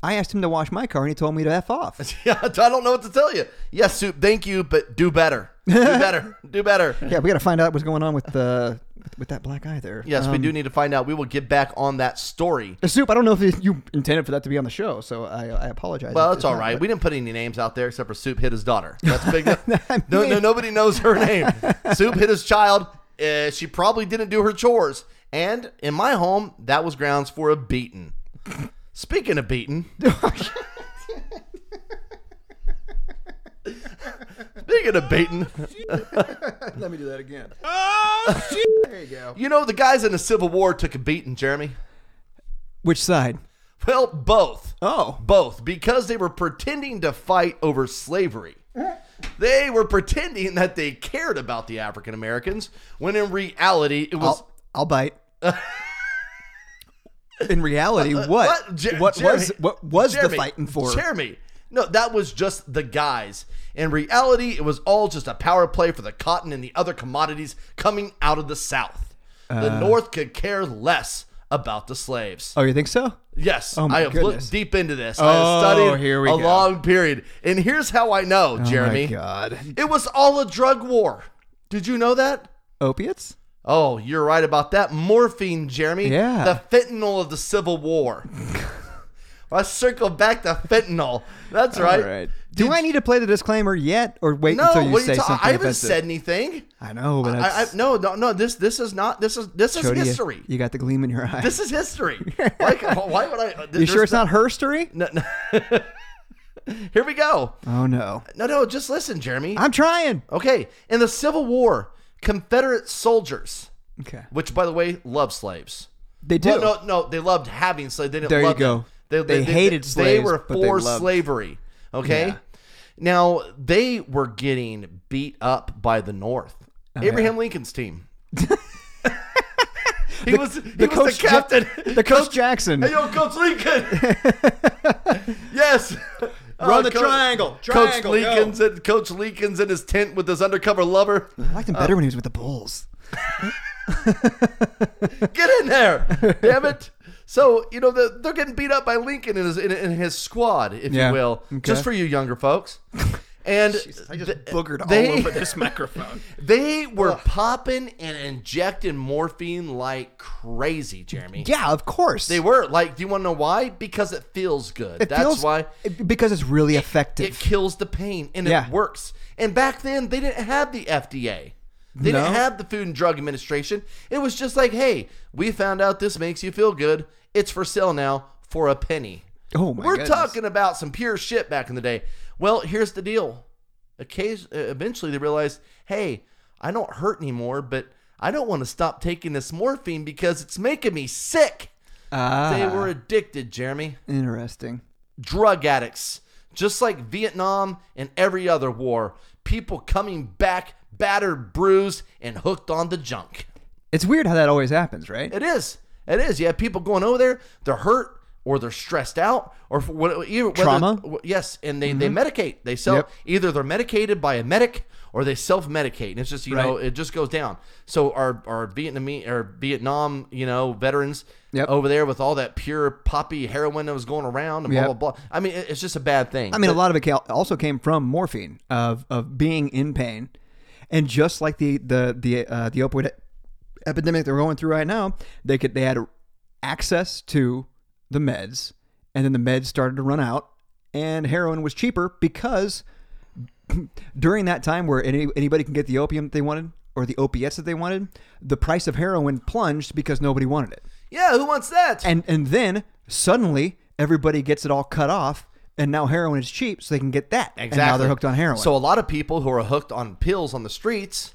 Speaker 1: I asked him to wash my car, and he told me to f off.
Speaker 2: Yeah, I don't know what to tell you. Yes, Soup, thank you, but do better. Do better. do better.
Speaker 1: yeah, we got to find out what's going on with the with, with that black eye there.
Speaker 2: Yes, we
Speaker 1: Um,
Speaker 2: do need to find out. We will get back on that story.
Speaker 1: Soup, I don't know if you intended for that to be on the show, so I, I apologize.
Speaker 2: Well,
Speaker 1: if
Speaker 2: it's
Speaker 1: it's
Speaker 2: all
Speaker 1: not,
Speaker 2: right.
Speaker 1: but-
Speaker 2: We didn't put any names out there except for Soup hit his daughter. That's big. no, no,
Speaker 1: mean-
Speaker 2: nobody knows her name. Soup hit his child. Uh, she probably didn't do her chores, and in my home, that was grounds for a beating. Speaking of beating, speaking of beating,
Speaker 1: Let me do that again. There you go.
Speaker 2: you know the guys in the Civil War took a beating, Jeremy.
Speaker 1: Which side?
Speaker 2: Well, both.
Speaker 1: Oh.
Speaker 2: Both. Because they were pretending to fight over slavery. They were pretending that they cared about the African Americans when in reality it was.
Speaker 1: I'll, I'll bite. In reality,
Speaker 2: Uh,
Speaker 1: what what,
Speaker 2: Jer-
Speaker 1: was
Speaker 2: Jeremy-
Speaker 1: what was the
Speaker 2: Jeremy,
Speaker 1: fighting for?
Speaker 2: Jeremy. No, that was just the guys. In reality, it was all just a power play for the cotton and the other commodities coming out of the South. The
Speaker 1: Uh.
Speaker 2: North could care less about the slaves.
Speaker 1: Oh, you think so?
Speaker 2: Yes,
Speaker 1: Oh, my
Speaker 2: I have
Speaker 1: goodness.
Speaker 2: looked deep into this. I have
Speaker 1: Oh,
Speaker 2: studied
Speaker 1: here we
Speaker 2: a
Speaker 1: go.
Speaker 2: long period, and here's how I know, Jeremy.
Speaker 1: Oh my God,
Speaker 2: It was all a drug war. Did you know that?
Speaker 1: opiates?
Speaker 2: Oh, you're right about that. Morphine, Jeremy.
Speaker 1: Yeah.
Speaker 2: The fentanyl of the Civil War. I circle back to fentanyl. That's right.
Speaker 1: Do I need to play the disclaimer yet, or wait
Speaker 2: No,
Speaker 1: until you
Speaker 2: what are
Speaker 1: say
Speaker 2: you talking?
Speaker 1: something
Speaker 2: I haven't
Speaker 1: offensive?
Speaker 2: said anything.
Speaker 1: I know, but
Speaker 2: I, I,
Speaker 1: that's-
Speaker 2: no, no, no. This, this is not. This is, this is
Speaker 1: Cody, you-
Speaker 2: history.
Speaker 1: You, got the gleam in your eye.
Speaker 2: This is history. Like, why would I?
Speaker 1: you sure it's not her story?
Speaker 2: No, no. Here we go.
Speaker 1: Oh no,
Speaker 2: No, no, just listen, Jeremy.
Speaker 1: I'm trying.
Speaker 2: okay, in the Civil War, Confederate soldiers,
Speaker 1: Okay,
Speaker 2: which by the way, love slaves.
Speaker 1: they do.
Speaker 2: Well, no, no, they loved having slaves. They didn't.
Speaker 1: There you
Speaker 2: love them.
Speaker 1: go. They hated
Speaker 2: They
Speaker 1: slaves,
Speaker 2: were
Speaker 1: but they
Speaker 2: for
Speaker 1: loved-
Speaker 2: slavery. Okay.
Speaker 1: Yeah.
Speaker 2: Now they were getting beat up by the North.
Speaker 1: Oh,
Speaker 2: Abraham Lincoln's team. he was he was the
Speaker 1: Ja-
Speaker 2: captain.
Speaker 1: the coach, Jackson.
Speaker 2: Hey, yo, Coach Lincoln. yes. Uh,
Speaker 1: Run the triangle. Triangle,
Speaker 2: Coach Lincoln's in, Coach Lincoln's in his tent with his undercover lover.
Speaker 1: I liked him better when he was with the Bulls.
Speaker 2: Get in there, damn it! So you know they're, they're getting beat up by Lincoln and his in, in his squad, if
Speaker 1: Yeah.
Speaker 2: you will,
Speaker 1: Okay.
Speaker 2: just for you younger folks. And th- they,
Speaker 1: this microphone.
Speaker 2: They were popping and injecting morphine like crazy, Jeremy.
Speaker 1: yeah, of course.
Speaker 2: They were like, do you want to know why? Because it feels good.
Speaker 1: It
Speaker 2: That's
Speaker 1: feels-
Speaker 2: why
Speaker 1: it- because it's really effective.
Speaker 2: it kills the pain and
Speaker 1: Yeah.
Speaker 2: it works. And back then they didn't have the FDA. They
Speaker 1: No.
Speaker 2: didn't have the Food and Drug Administration. It was just like, hey, we found out this makes you feel good. It's for sale now for a penny.
Speaker 1: oh my
Speaker 2: We're
Speaker 1: goodness.
Speaker 2: talking about some pure shit back in the day. Well, here's the deal. Occasion- uh, eventually they realized, hey, I don't hurt anymore, but I don't want to stop taking this morphine because it's making me sick.
Speaker 1: Ah,
Speaker 2: They were addicted, Jeremy
Speaker 1: interesting.
Speaker 2: drug addicts, just like Vietnam and every other war. People coming back battered, bruised, and hooked on the junk.
Speaker 1: It's weird how that always happens, right?
Speaker 2: It is. It is. You have people going over there, they're hurt or they're stressed out or for what, either, whether-
Speaker 1: Trauma? Mm-hmm.
Speaker 2: w- yes, and they, they medicate. They self
Speaker 1: Yep.
Speaker 2: either they're medicated by a medic or they self medicate. And it's just, you know,
Speaker 1: Right.
Speaker 2: it just goes down. So our our Vietnamese or Vietnam, you know, veterans
Speaker 1: Yep.
Speaker 2: over there with all that pure poppy heroin that was going around and blah
Speaker 1: Yep.
Speaker 2: blah blah. I mean, it- it's just a bad thing.
Speaker 1: I mean, a lot of it cal- also came from morphine of of being in pain, and just like the the the uh, the opioid epidemic they're going through right now, they could they had access to the meds, and then the meds started to run out, and heroin was cheaper because during that time where any, anybody can get the opium that they wanted or the opiates that they wanted, the price of heroin plunged because nobody wanted it.
Speaker 2: Yeah, who wants that?
Speaker 1: And and then suddenly everybody gets it all cut off and now heroin is cheap so they can get that. And now they're hooked on heroin.
Speaker 2: So a lot of people who are hooked on pills on the streets,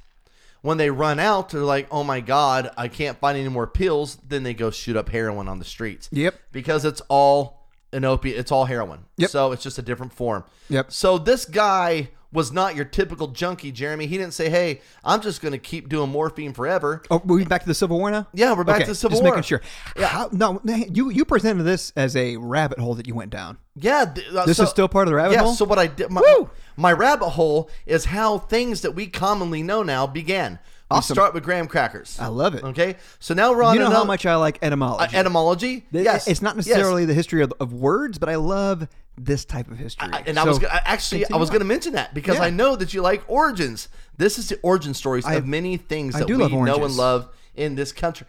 Speaker 2: when they run out, they're like, "Oh my god, I can't find any more pills." Then they go shoot up heroin on the streets.
Speaker 1: Yep.
Speaker 2: Because it's all an opiate. It's all heroin.
Speaker 1: Yep.
Speaker 2: So it's just a different form.
Speaker 1: Yep.
Speaker 2: So this guy was not your typical junkie, Jeremy. He didn't say, "Hey, I'm just going to keep doing morphine forever."
Speaker 1: Oh, we're we back to the Civil War now?
Speaker 2: Yeah, we're back
Speaker 1: Okay,
Speaker 2: to the Civil
Speaker 1: just
Speaker 2: War.
Speaker 1: making sure. Yeah. How, no, you you presented this as a rabbit hole that you went down.
Speaker 2: Yeah, th- uh,
Speaker 1: This
Speaker 2: so-
Speaker 1: is still part of the rabbit
Speaker 2: yeah,
Speaker 1: hole?
Speaker 2: So what I did, my,
Speaker 1: Woo!
Speaker 2: my rabbit hole is how things that we commonly know now began. I'll start with graham crackers.
Speaker 1: I love it.
Speaker 2: Okay, so now we're on
Speaker 1: you know how
Speaker 2: another-
Speaker 1: much I like
Speaker 2: uh,
Speaker 1: etymology.
Speaker 2: etymology.
Speaker 1: Th-
Speaker 2: yes,
Speaker 1: It's not
Speaker 2: Yes.
Speaker 1: necessarily the history of, of words, but I love this type of history.
Speaker 2: I- and I was
Speaker 1: So-
Speaker 2: go- I- actually I
Speaker 1: continue
Speaker 2: was
Speaker 1: on.
Speaker 2: going to mention that because
Speaker 1: Yeah.
Speaker 2: I know that you like origins. This is the origin stories
Speaker 1: I-
Speaker 2: of many things
Speaker 1: I
Speaker 2: that
Speaker 1: do
Speaker 2: we
Speaker 1: love
Speaker 2: know and
Speaker 1: oranges.
Speaker 2: love in this country.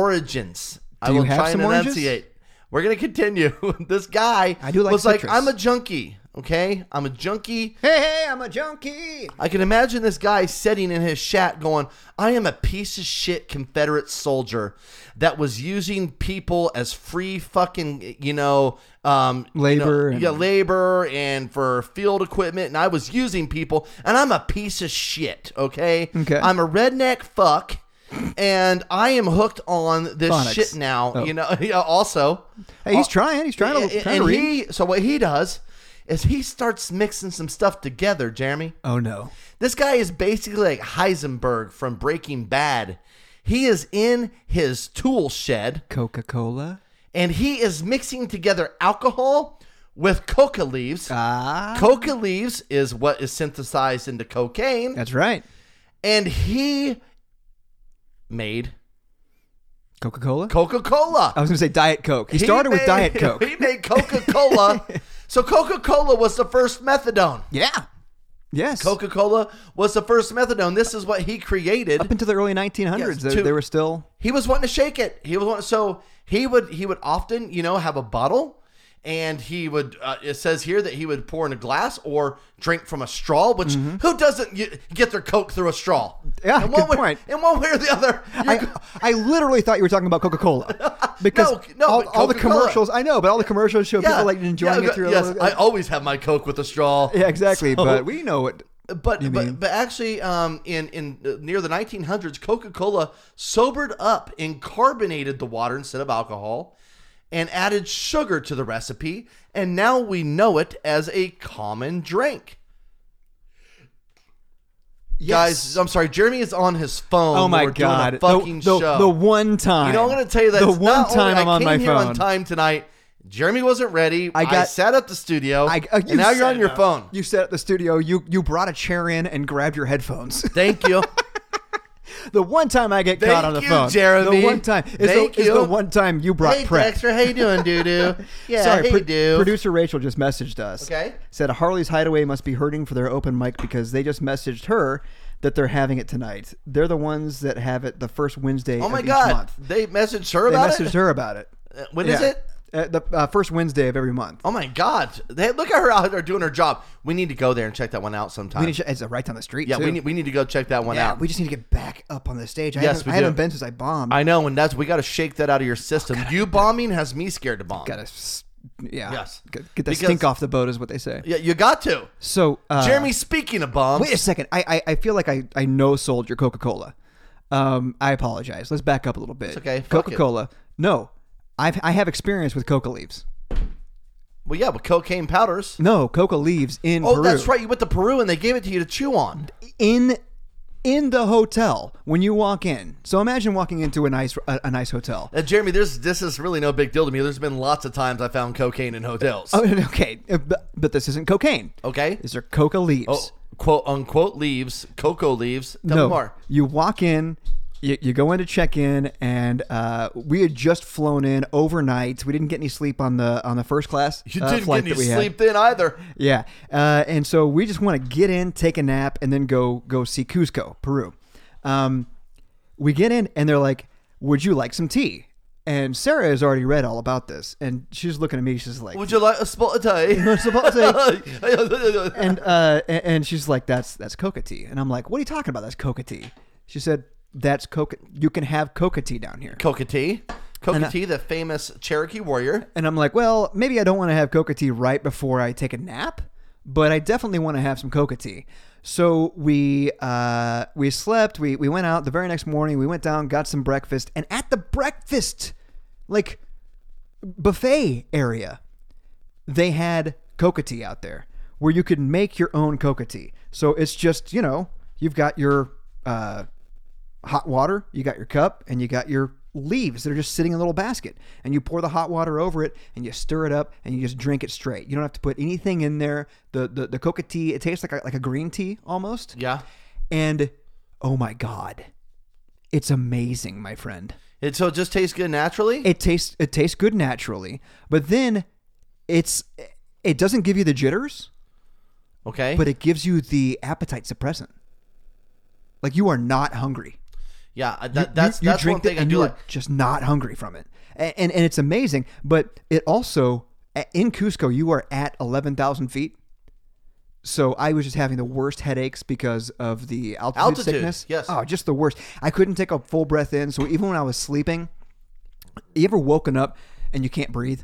Speaker 2: Origins. I
Speaker 1: Do you
Speaker 2: will
Speaker 1: have
Speaker 2: try and
Speaker 1: some oranges?
Speaker 2: enunciate. We're going to continue. this guy
Speaker 1: I do like
Speaker 2: was like,
Speaker 1: citrus.
Speaker 2: "I'm a junkie." Okay, I'm a junkie.
Speaker 1: Hey, hey, I'm a junkie.
Speaker 2: I can imagine this guy sitting in his shack going, I am a piece of shit Confederate soldier that was using people as free fucking, you know, um, you know,
Speaker 1: Labor and-
Speaker 2: yeah, labor and for field equipment. And I was using people and I'm a piece of shit, okay?
Speaker 1: Okay.
Speaker 2: I'm a redneck fuck and I am hooked on this
Speaker 1: Phonics.
Speaker 2: shit now,
Speaker 1: Oh.
Speaker 2: you know, yeah, also.
Speaker 1: Hey, he's trying. He's trying to, trying
Speaker 2: and,
Speaker 1: to
Speaker 2: Oh, and
Speaker 1: read.
Speaker 2: he, so what he does is he starts mixing some stuff together, Jeremy.
Speaker 1: oh no.
Speaker 2: This guy is basically like Heisenberg from Breaking Bad. He is in his tool shed
Speaker 1: Coca Cola.
Speaker 2: and he is mixing together alcohol with coca leaves.
Speaker 1: Ah.
Speaker 2: coca leaves is what is synthesized into cocaine.
Speaker 1: That's right.
Speaker 2: And he made
Speaker 1: Coca Cola.
Speaker 2: Coca Cola.
Speaker 1: I was going to say Diet Coke. Uh, He, started with Diet Coke.
Speaker 2: He made Coca Cola. so Coca Cola was the first methadone.
Speaker 1: yeah. Yes.
Speaker 2: Coca Cola was the first methadone. This is what he created.
Speaker 1: Up until the early 1900s,
Speaker 2: Yes,
Speaker 1: they,
Speaker 2: two-
Speaker 1: they were still.
Speaker 2: he was wanting to shake it. He was wanting, so he would he would often you know have a bottle, and he would uh, it says here that he would pour in a glass or drink from a straw. Which who doesn't y- get their coke through a straw?
Speaker 1: Mm-hmm. Yeah,
Speaker 2: in one
Speaker 1: good
Speaker 2: way,
Speaker 1: point.
Speaker 2: In one way or the other, you're
Speaker 1: I,
Speaker 2: go-
Speaker 1: I literally thought you were talking about Coca Cola because
Speaker 2: No, no,
Speaker 1: all,
Speaker 2: but
Speaker 1: all the
Speaker 2: Coca-Cola.
Speaker 1: commercials I know, but all the commercials show people like enjoying
Speaker 2: yeah,
Speaker 1: it through.
Speaker 2: Yes,
Speaker 1: a little,
Speaker 2: I always have my coke with a straw.
Speaker 1: yeah, exactly.
Speaker 2: So-
Speaker 1: but we know it.
Speaker 2: But but, but actually, um, in in uh, near the 1900s, Coca Cola sobered up and carbonated the water instead of alcohol, and added sugar to the recipe, and now we know it as a common drink. Guys, I'm sorry, Jeremy is on his phone.
Speaker 1: Oh
Speaker 2: when
Speaker 1: my
Speaker 2: we're doing a
Speaker 1: god! The-
Speaker 2: fucking
Speaker 1: the,
Speaker 2: show.
Speaker 1: the one time.
Speaker 2: you know, I'm going to tell you that
Speaker 1: the
Speaker 2: it's
Speaker 1: one
Speaker 2: not only-
Speaker 1: time I'm
Speaker 2: I
Speaker 1: on
Speaker 2: came
Speaker 1: my
Speaker 2: here on
Speaker 1: phone.
Speaker 2: time tonight. Jeremy wasn't ready. I,
Speaker 1: got-
Speaker 2: sat up the studio.
Speaker 1: I, uh, you
Speaker 2: and now you're
Speaker 1: set
Speaker 2: on your
Speaker 1: up-
Speaker 2: phone.
Speaker 1: You set up the studio. You you brought a chair in and grabbed your headphones.
Speaker 2: Thank you.
Speaker 1: the one time I get
Speaker 2: Thank
Speaker 1: caught on the
Speaker 2: you,
Speaker 1: phone,
Speaker 2: Jeremy.
Speaker 1: The one time is
Speaker 2: Thank
Speaker 1: the, is
Speaker 2: you.
Speaker 1: the one time you brought
Speaker 2: hey,
Speaker 1: prep.
Speaker 2: Dexter, how you doing, doo doo? Yeah,
Speaker 1: Sorry,
Speaker 2: hey,
Speaker 1: pro-
Speaker 2: doo.
Speaker 1: producer Rachel just messaged us.
Speaker 2: Okay.
Speaker 1: Said Harley's Hideaway must be hurting for their open mic because they just messaged her that they're having it tonight. They're the ones that have it the first Wednesday
Speaker 2: oh
Speaker 1: of
Speaker 2: my
Speaker 1: each
Speaker 2: god,
Speaker 1: month.
Speaker 2: they messaged her
Speaker 1: They
Speaker 2: about
Speaker 1: messaged
Speaker 2: it.
Speaker 1: her about it.
Speaker 2: Uh, When
Speaker 1: Yeah.
Speaker 2: is it?
Speaker 1: Uh, the uh, first Wednesday of every month.
Speaker 2: Oh my god, they look at her out there doing her job. We need to go there and check that one out sometime.
Speaker 1: We need to, it's right down the street.
Speaker 2: yeah,
Speaker 1: too.
Speaker 2: we need we need to go check that one
Speaker 1: Yeah,
Speaker 2: out.
Speaker 1: we just need to get back up on the stage. I
Speaker 2: Yes,
Speaker 1: haven't,
Speaker 2: we
Speaker 1: I haven't
Speaker 2: do.
Speaker 1: been since I bombed.
Speaker 2: I know, and that's we got to shake that out of your system. you bombing has me scared to bomb.
Speaker 1: gotta, s- yeah,
Speaker 2: Yes.
Speaker 1: get, get the
Speaker 2: Because-
Speaker 1: stink off the boat is what they say.
Speaker 2: Yeah, you got to.
Speaker 1: So, uh,
Speaker 2: Jeremy, speaking of bombs,
Speaker 1: wait a second. I, I, I feel like I, I know sold your Coca Cola. Um, I apologize. Let's back up a little bit.
Speaker 2: okay. Fuck it.
Speaker 1: Coca Cola. No, I've I have experience with coca leaves.
Speaker 2: well, yeah, with cocaine powders.
Speaker 1: No, coca leaves in
Speaker 2: Oh,
Speaker 1: Peru.
Speaker 2: that's right. You went to Peru and they gave it to you to chew on.
Speaker 1: in in the hotel when you walk in. So imagine walking into a nice a, a nice hotel.
Speaker 2: Uh, Jeremy, there's this is really no big deal to me. There's been lots of times I found cocaine in hotels.
Speaker 1: Oh, okay, uh, but, but this isn't cocaine.
Speaker 2: Okay.
Speaker 1: These are coca leaves.
Speaker 2: Oh, quote unquote leaves, cocoa leaves. Tell me
Speaker 1: no,
Speaker 2: more.
Speaker 1: you walk in. You, you go in to check in, and uh, we had just flown in overnight. We didn't get any sleep on the on the first class
Speaker 2: You
Speaker 1: uh,
Speaker 2: didn't
Speaker 1: flight
Speaker 2: get any
Speaker 1: that we had.
Speaker 2: sleep then either.
Speaker 1: Yeah, uh, and so we just want to get in, take a nap, and then go go see Cusco, Peru. Um, we get in, and they're like, "Would you like some tea?" And Sarah has already read all about this, and she's looking at me. She's like,
Speaker 2: Would you like a spot of tea?
Speaker 1: supposed to-
Speaker 2: and
Speaker 1: and uh, a- and she's like, "That's that's coca tea," and I'm like, "What are you talking about? That's coca tea." She said, "That's coca. You can have coca down here." And
Speaker 2: Kokati.
Speaker 1: I-
Speaker 2: Kokati, the famous Cherokee warrior.
Speaker 1: And I'm like, well, maybe I don't want to have coca tea right before I take a nap, but I definitely want to have some coca tea. So we uh, we slept. We we went out the very next morning. We went down, got some breakfast, and at the breakfast, like buffet area, they had coca tea out there where you could make your own coca tea. So it's just you know you've got your uh, hot water, you got your cup, and you got your leaves that are just sitting in a little basket. And you pour the hot water over it and you stir it up and you just drink it straight. You don't have to put anything in there. The the, the coca tea, it tastes like a, like a green tea almost.
Speaker 2: Yeah.
Speaker 1: And oh my god. It's amazing, my friend.
Speaker 2: And so it just tastes good naturally.
Speaker 1: It tastes it tastes good naturally, but then it's it doesn't give you the jitters,
Speaker 2: okay.
Speaker 1: but it gives you the appetite suppressant. Like you are not hungry.
Speaker 2: yeah. I-
Speaker 1: You-
Speaker 2: That, that's
Speaker 1: you, you
Speaker 2: that's
Speaker 1: drink
Speaker 2: one thing
Speaker 1: it
Speaker 2: I
Speaker 1: and
Speaker 2: do
Speaker 1: you
Speaker 2: like.
Speaker 1: are just not hungry from it, and, and and it's amazing. But it also a- in Cusco, you are at eleven thousand feet. So I was just having the worst headaches because of the altitude,
Speaker 2: Altitude,
Speaker 1: sickness.
Speaker 2: yes.
Speaker 1: Oh, just the worst. I couldn't take a full breath in. So even when I was sleeping, you ever woken up and you can't breathe?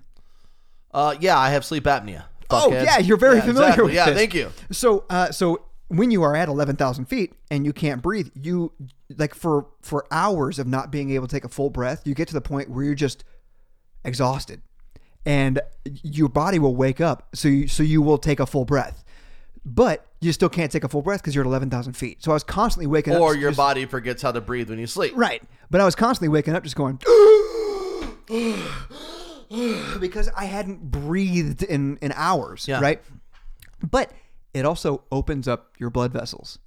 Speaker 2: Uh, yeah, I have sleep apnea.
Speaker 1: Oh
Speaker 2: Fuckhead.
Speaker 1: yeah, you're very
Speaker 2: Yeah,
Speaker 1: familiar
Speaker 2: exactly.
Speaker 1: with
Speaker 2: yeah,
Speaker 1: this.
Speaker 2: thank you.
Speaker 1: So uh, so when you are at eleven thousand feet and you can't breathe, you like for for hours of not being able to take a full breath, you get to the point where you're just exhausted, and your body will wake up. So you so you will take a full breath, but you still can't take a full breath because you're at eleven thousand feet. So I was constantly waking up.
Speaker 2: Or your
Speaker 1: just-
Speaker 2: body forgets how to breathe when you sleep.
Speaker 1: Right. But I was constantly waking up just going because I hadn't breathed in, in hours.
Speaker 2: Yeah.
Speaker 1: Right. But it also opens up your blood vessels.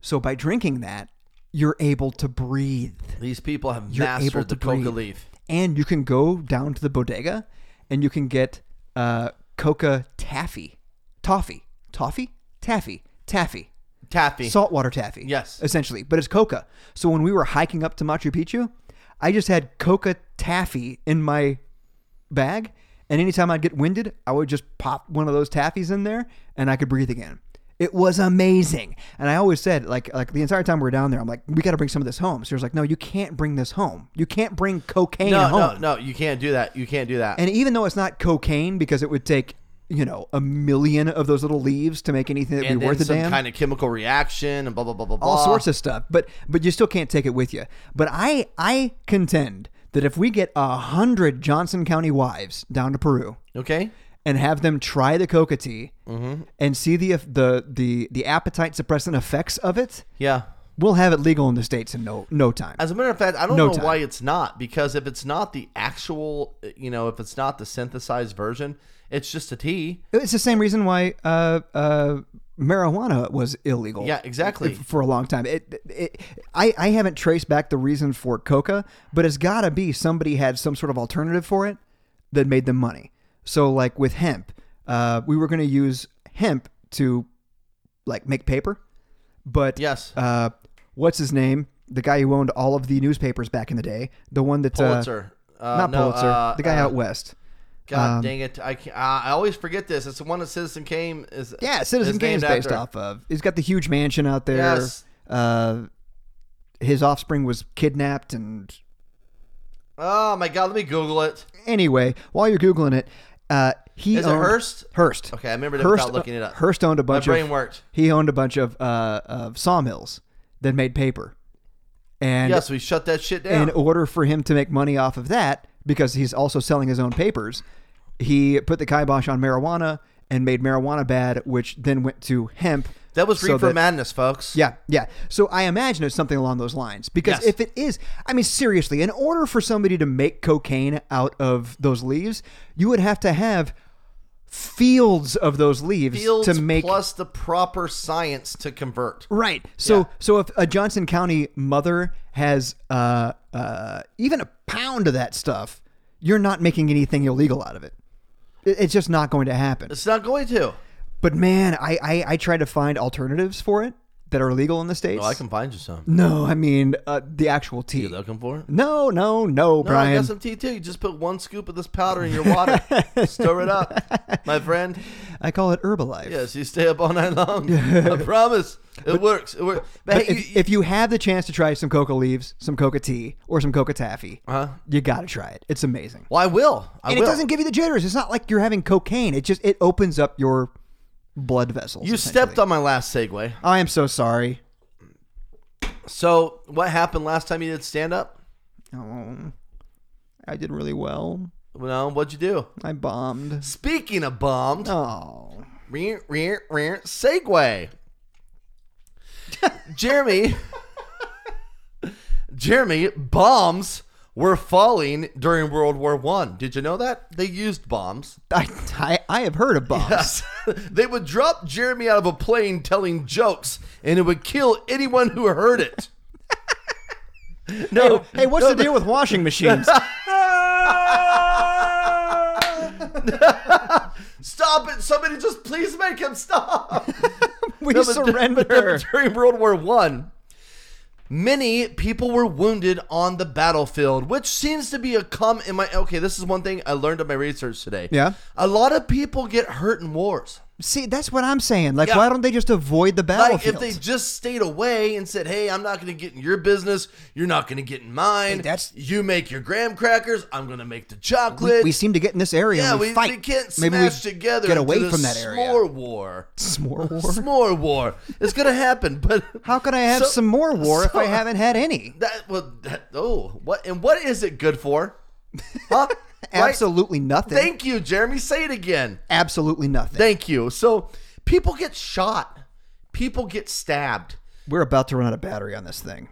Speaker 1: So by drinking that, you're able to breathe.
Speaker 2: These people have
Speaker 1: You're able
Speaker 2: mastered
Speaker 1: to
Speaker 2: the coca
Speaker 1: breathe.
Speaker 2: leaf.
Speaker 1: And you can go down to the bodega and you can get uh, coca taffy. Toffee. Toffee? Taffy. Taffy.
Speaker 2: Taffy.
Speaker 1: Saltwater taffy.
Speaker 2: Yes.
Speaker 1: Essentially, but it's coca. So when we were hiking up to Machu Picchu, I just had coca taffy in my bag. And anytime I'd get winded, I would just pop one of those taffies in there and I could breathe again. It was amazing. And I always said, like, like the entire time we were down there, I'm like, we got to bring some of this home. So she was like, no, you can't bring this home. You can't bring cocaine
Speaker 2: no,
Speaker 1: home.
Speaker 2: no, no. You can't do that. You can't do that.
Speaker 1: And even though it's not cocaine, because it would take, you know, a million of those little leaves to make anything that would
Speaker 2: And
Speaker 1: be
Speaker 2: then
Speaker 1: worth a
Speaker 2: some
Speaker 1: damn
Speaker 2: kind of chemical reaction and blah blah blah blah blah.
Speaker 1: all sorts of stuff. But but you still can't take it with you. But I I contend that if we get a hundred Johnson County wives down to Peru
Speaker 2: Okay.
Speaker 1: and have them try the coca tea and see the the the the appetite suppressant effects of it,
Speaker 2: Yeah.
Speaker 1: we'll have it legal in the states in no no time.
Speaker 2: As a matter of fact, I don't
Speaker 1: No
Speaker 2: know
Speaker 1: time.
Speaker 2: why it's not because if it's not the actual, you know, if it's not the synthesized version, it's just a tea.
Speaker 1: it's the same reason why uh, uh, marijuana was illegal.
Speaker 2: Yeah, exactly.
Speaker 1: for a long time. It, it, I, I haven't traced back the reason for coca, but it's got to be somebody had some sort of alternative for it that made them money. So, like with hemp, uh, we were going to use hemp to like make paper, but
Speaker 2: Yes.
Speaker 1: uh, what's his name? The guy who owned all of the newspapers back in the day, the one that uh,
Speaker 2: Pulitzer. Uh,
Speaker 1: not
Speaker 2: no,
Speaker 1: Pulitzer,
Speaker 2: uh,
Speaker 1: the guy
Speaker 2: uh,
Speaker 1: out um, west.
Speaker 2: God dang it! I can't, uh, I always forget this. It's the one that Citizen Kane is.
Speaker 1: Yeah,
Speaker 2: is
Speaker 1: Citizen Kane's
Speaker 2: named
Speaker 1: based
Speaker 2: after.
Speaker 1: off of. He's got the huge mansion out there.
Speaker 2: Yes.
Speaker 1: Uh, his offspring was kidnapped and
Speaker 2: Oh my God! Let me Google it.
Speaker 1: anyway, while you're googling it, uh, he
Speaker 2: Is it
Speaker 1: owned,
Speaker 2: Hearst?
Speaker 1: Hearst.
Speaker 2: Okay, I remembered it
Speaker 1: Hearst,
Speaker 2: without looking it up.
Speaker 1: Hearst owned a bunch.
Speaker 2: brain
Speaker 1: of,
Speaker 2: worked.
Speaker 1: He owned a bunch of uh, of sawmills that made paper, and
Speaker 2: Yes, we shut that shit down.
Speaker 1: in order for him to make money off of that, because he's also selling his own papers, he put the kibosh on marijuana and made marijuana bad, which then went to hemp.
Speaker 2: that was
Speaker 1: so
Speaker 2: Reefer
Speaker 1: that-
Speaker 2: Madness, folks.
Speaker 1: yeah, yeah. So I imagine it's something along those lines because
Speaker 2: Yes.
Speaker 1: if it is, I mean, seriously, in order for somebody to make cocaine out of those leaves, you would have to have fields of those leaves
Speaker 2: Fields
Speaker 1: to make.
Speaker 2: plus the proper science to convert.
Speaker 1: Right. So,
Speaker 2: Yeah.
Speaker 1: so if a Johnson County mother has uh, uh, even a pound of that stuff, you're not making anything illegal out of it. It- It's just not going to happen.
Speaker 2: It's not going to.
Speaker 1: But man, I, I I tried to find alternatives for it that are illegal in the states.
Speaker 2: Well, Oh, I can find you some.
Speaker 1: No, I mean uh, the actual tea.
Speaker 2: You looking for it?
Speaker 1: No, no, no,
Speaker 2: No, I
Speaker 1: Brian.
Speaker 2: got some tea too. You just put one scoop of this powder in your water, stir it up, my friend.
Speaker 1: I call it Herbalife.
Speaker 2: Yes, you stay up all night long. I promise, it works. It works. But,
Speaker 1: But
Speaker 2: hey,
Speaker 1: if,
Speaker 2: you-
Speaker 1: if you have the chance to try some coca leaves, some coca tea, or some coca taffy,
Speaker 2: Huh?
Speaker 1: you got to try it. It's amazing.
Speaker 2: Uh-huh. well, I will. I
Speaker 1: and
Speaker 2: will.
Speaker 1: it doesn't give you the jitters. It's not like you're having cocaine. It just it opens up your blood vessels.
Speaker 2: You stepped
Speaker 1: essentially.
Speaker 2: on my last segue.
Speaker 1: I am so sorry.
Speaker 2: So, what happened last time you did stand up?
Speaker 1: Oh, I did really well.
Speaker 2: Well, what'd you do?
Speaker 1: I bombed.
Speaker 2: Speaking of bombed,
Speaker 1: Oh,
Speaker 2: rear, rear, rear, segue. Jeremy, Jeremy, bombs were falling during World War One. Did you know that they used bombs?
Speaker 1: I, I I have heard of bombs.
Speaker 2: they would drop Jeremy out of a plane telling jokes, and it would kill anyone who heard it. no,
Speaker 1: Hey, what's the deal with washing machines?
Speaker 2: stop it! Somebody just please make him stop.
Speaker 1: We
Speaker 2: No, but dur- but dur-
Speaker 1: surrender.
Speaker 2: during World War One. Many people were wounded on the battlefield, which seems to be a come in my. Okay, this is one thing I learned in my research today.
Speaker 1: Yeah.
Speaker 2: a lot of people get hurt in wars.
Speaker 1: See, that's what I'm saying. Like,
Speaker 2: Yeah.
Speaker 1: why don't they just avoid the
Speaker 2: Like
Speaker 1: battlefield?
Speaker 2: if they just stayed away and said, "Hey, I'm not going to get in your business. You're not going to get in mine.
Speaker 1: that's-
Speaker 2: you make your graham crackers. I'm going to make the chocolate.
Speaker 1: we, we seem to get in this area.
Speaker 2: yeah,
Speaker 1: and we,
Speaker 2: we,
Speaker 1: fight.
Speaker 2: we can't
Speaker 1: Maybe we
Speaker 2: smash together.
Speaker 1: Get
Speaker 2: into
Speaker 1: away
Speaker 2: this
Speaker 1: from that area.
Speaker 2: S'more war.
Speaker 1: S'more war.
Speaker 2: S'more war. It's going to happen. But
Speaker 1: How could I have
Speaker 2: So-
Speaker 1: some more war if I
Speaker 2: so-
Speaker 1: haven't had any?
Speaker 2: That well, that, oh, what and what is it good for? Huh? Right?
Speaker 1: Absolutely nothing.
Speaker 2: Thank you, Jeremy. Say it again.
Speaker 1: Absolutely nothing.
Speaker 2: Thank you. So people get shot. People get stabbed.
Speaker 1: We're about to run out of battery on this thing.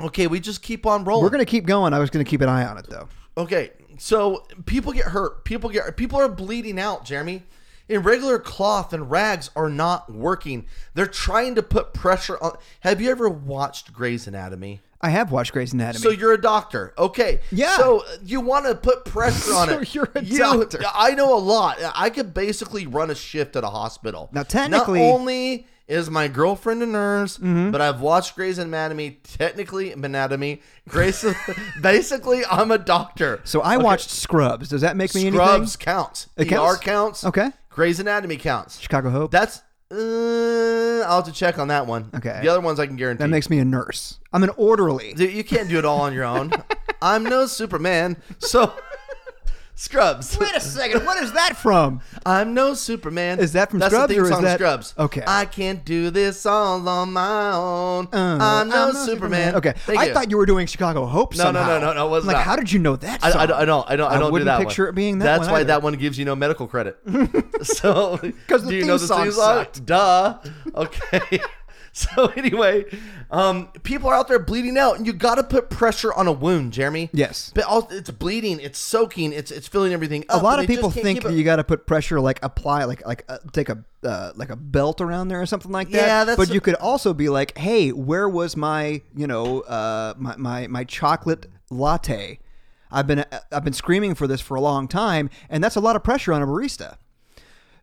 Speaker 2: Okay, we just keep on rolling.
Speaker 1: We're gonna keep going. I was gonna keep an eye on it though.
Speaker 2: Okay, so people get hurt. People get people are bleeding out, Jeremy. And regular cloth and rags are not working. They're trying to put pressure on. Have you ever watched Grey's Anatomy?
Speaker 1: I have watched Grey's Anatomy.
Speaker 2: So you're a doctor, okay?
Speaker 1: Yeah.
Speaker 2: So uh, you want to put pressure on
Speaker 1: So
Speaker 2: it.
Speaker 1: you're a
Speaker 2: You-
Speaker 1: doctor.
Speaker 2: I know a lot. I could basically run a shift at a hospital.
Speaker 1: Now, technically- Mm-hmm.
Speaker 2: not only is my girlfriend a nurse, but I've watched Grey's Anatomy. Technically, anatomy. Grey's. basically, I'm a doctor.
Speaker 1: so I watched Scrubs. Does that make me
Speaker 2: Scrubs
Speaker 1: anything?
Speaker 2: counts.
Speaker 1: It
Speaker 2: ER
Speaker 1: counts?
Speaker 2: counts.
Speaker 1: Okay.
Speaker 2: Grey's Anatomy counts.
Speaker 1: Chicago Hope.
Speaker 2: That's. Uh, I'll have to check on that one.
Speaker 1: Okay.
Speaker 2: The other ones I can guarantee.
Speaker 1: that makes me a nurse. I'm an orderly.
Speaker 2: Dude, you can't do it all on your own. I'm no Superman. So, Scrubs.
Speaker 1: Wait a second. What is that from?
Speaker 2: I'm no Superman.
Speaker 1: Is that from
Speaker 2: That's
Speaker 1: Scrubs
Speaker 2: the theme
Speaker 1: or is
Speaker 2: song to
Speaker 1: that-
Speaker 2: Scrubs?
Speaker 1: Okay.
Speaker 2: I can't do this all on my own.
Speaker 1: Uh,
Speaker 2: I'm no Superman.
Speaker 1: Okay.
Speaker 2: Thank
Speaker 1: I
Speaker 2: you.
Speaker 1: thought you were doing Chicago Hope
Speaker 2: No, no,
Speaker 1: somehow.
Speaker 2: no, no, no, it was
Speaker 1: I'm like,
Speaker 2: not.
Speaker 1: how did you know that?
Speaker 2: I,
Speaker 1: Song?
Speaker 2: I don't. I don't. I don't, I
Speaker 1: I
Speaker 2: don't do
Speaker 1: wouldn't
Speaker 2: that
Speaker 1: picture
Speaker 2: one.
Speaker 1: it being that
Speaker 2: That's
Speaker 1: one
Speaker 2: why
Speaker 1: either.
Speaker 2: that one gives you no medical credit. so
Speaker 1: 'Cause the
Speaker 2: do you
Speaker 1: theme
Speaker 2: know the
Speaker 1: song
Speaker 2: theme song?
Speaker 1: sucked.
Speaker 2: Duh. Okay. so anyway, um, people are out there bleeding out, and you got to put pressure on a wound, Jeremy.
Speaker 1: Yes.
Speaker 2: But all, it's bleeding. It's soaking. It's it's filling everything up.
Speaker 1: a lot
Speaker 2: and
Speaker 1: of
Speaker 2: they just
Speaker 1: people
Speaker 2: can't
Speaker 1: think
Speaker 2: keep
Speaker 1: that
Speaker 2: it-
Speaker 1: you got to put pressure, like apply, like like uh, take a uh, like a belt around there or something like that.
Speaker 2: Yeah, that's-
Speaker 1: But you could also be like, hey, where was my you know uh, my, my my chocolate latte? I've been uh, I've been screaming for this for a long time, and that's a lot of pressure on a barista.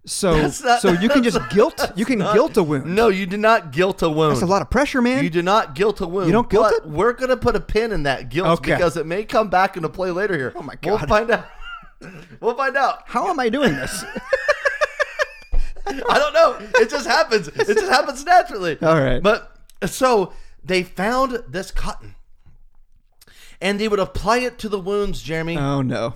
Speaker 1: So
Speaker 2: That's not-
Speaker 1: so you can just guilt you can guilt a wound.
Speaker 2: No, you do not guilt a wound.
Speaker 1: that's a lot of pressure, man.
Speaker 2: You do not guilt a wound.
Speaker 1: You don't guilt
Speaker 2: but
Speaker 1: it?
Speaker 2: We're gonna put a pin in that guilt
Speaker 1: Okay.
Speaker 2: because it may come back into play later here. Oh
Speaker 1: my
Speaker 2: We'll
Speaker 1: God.
Speaker 2: find out. we'll find out.
Speaker 1: How am I doing this?
Speaker 2: I don't know. It just happens. It just happens naturally.
Speaker 1: All right.
Speaker 2: But so they found this cotton, and they would apply it to the wounds, Jeremy,
Speaker 1: oh no.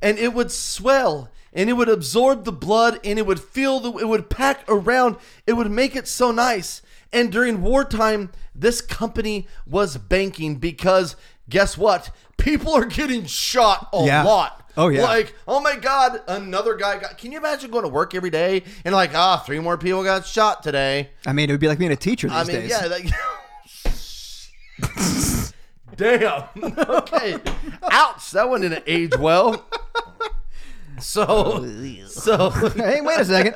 Speaker 2: and it would swell. And it would absorb the blood, and it would feel the. It would pack around. It would make it so nice. And during wartime, this company was banking because guess what? People are getting shot a
Speaker 1: Yeah.
Speaker 2: lot.
Speaker 1: Oh, yeah.
Speaker 2: Like like, oh my god, another guy got. Can you imagine going to work every day and like, ah, three more people got shot today.
Speaker 1: I mean, it would be like being a teacher these
Speaker 2: I mean,
Speaker 1: days.
Speaker 2: yeah, like. Damn. Okay. Ouch. That one didn't age well. So, so
Speaker 1: Hey, wait a second.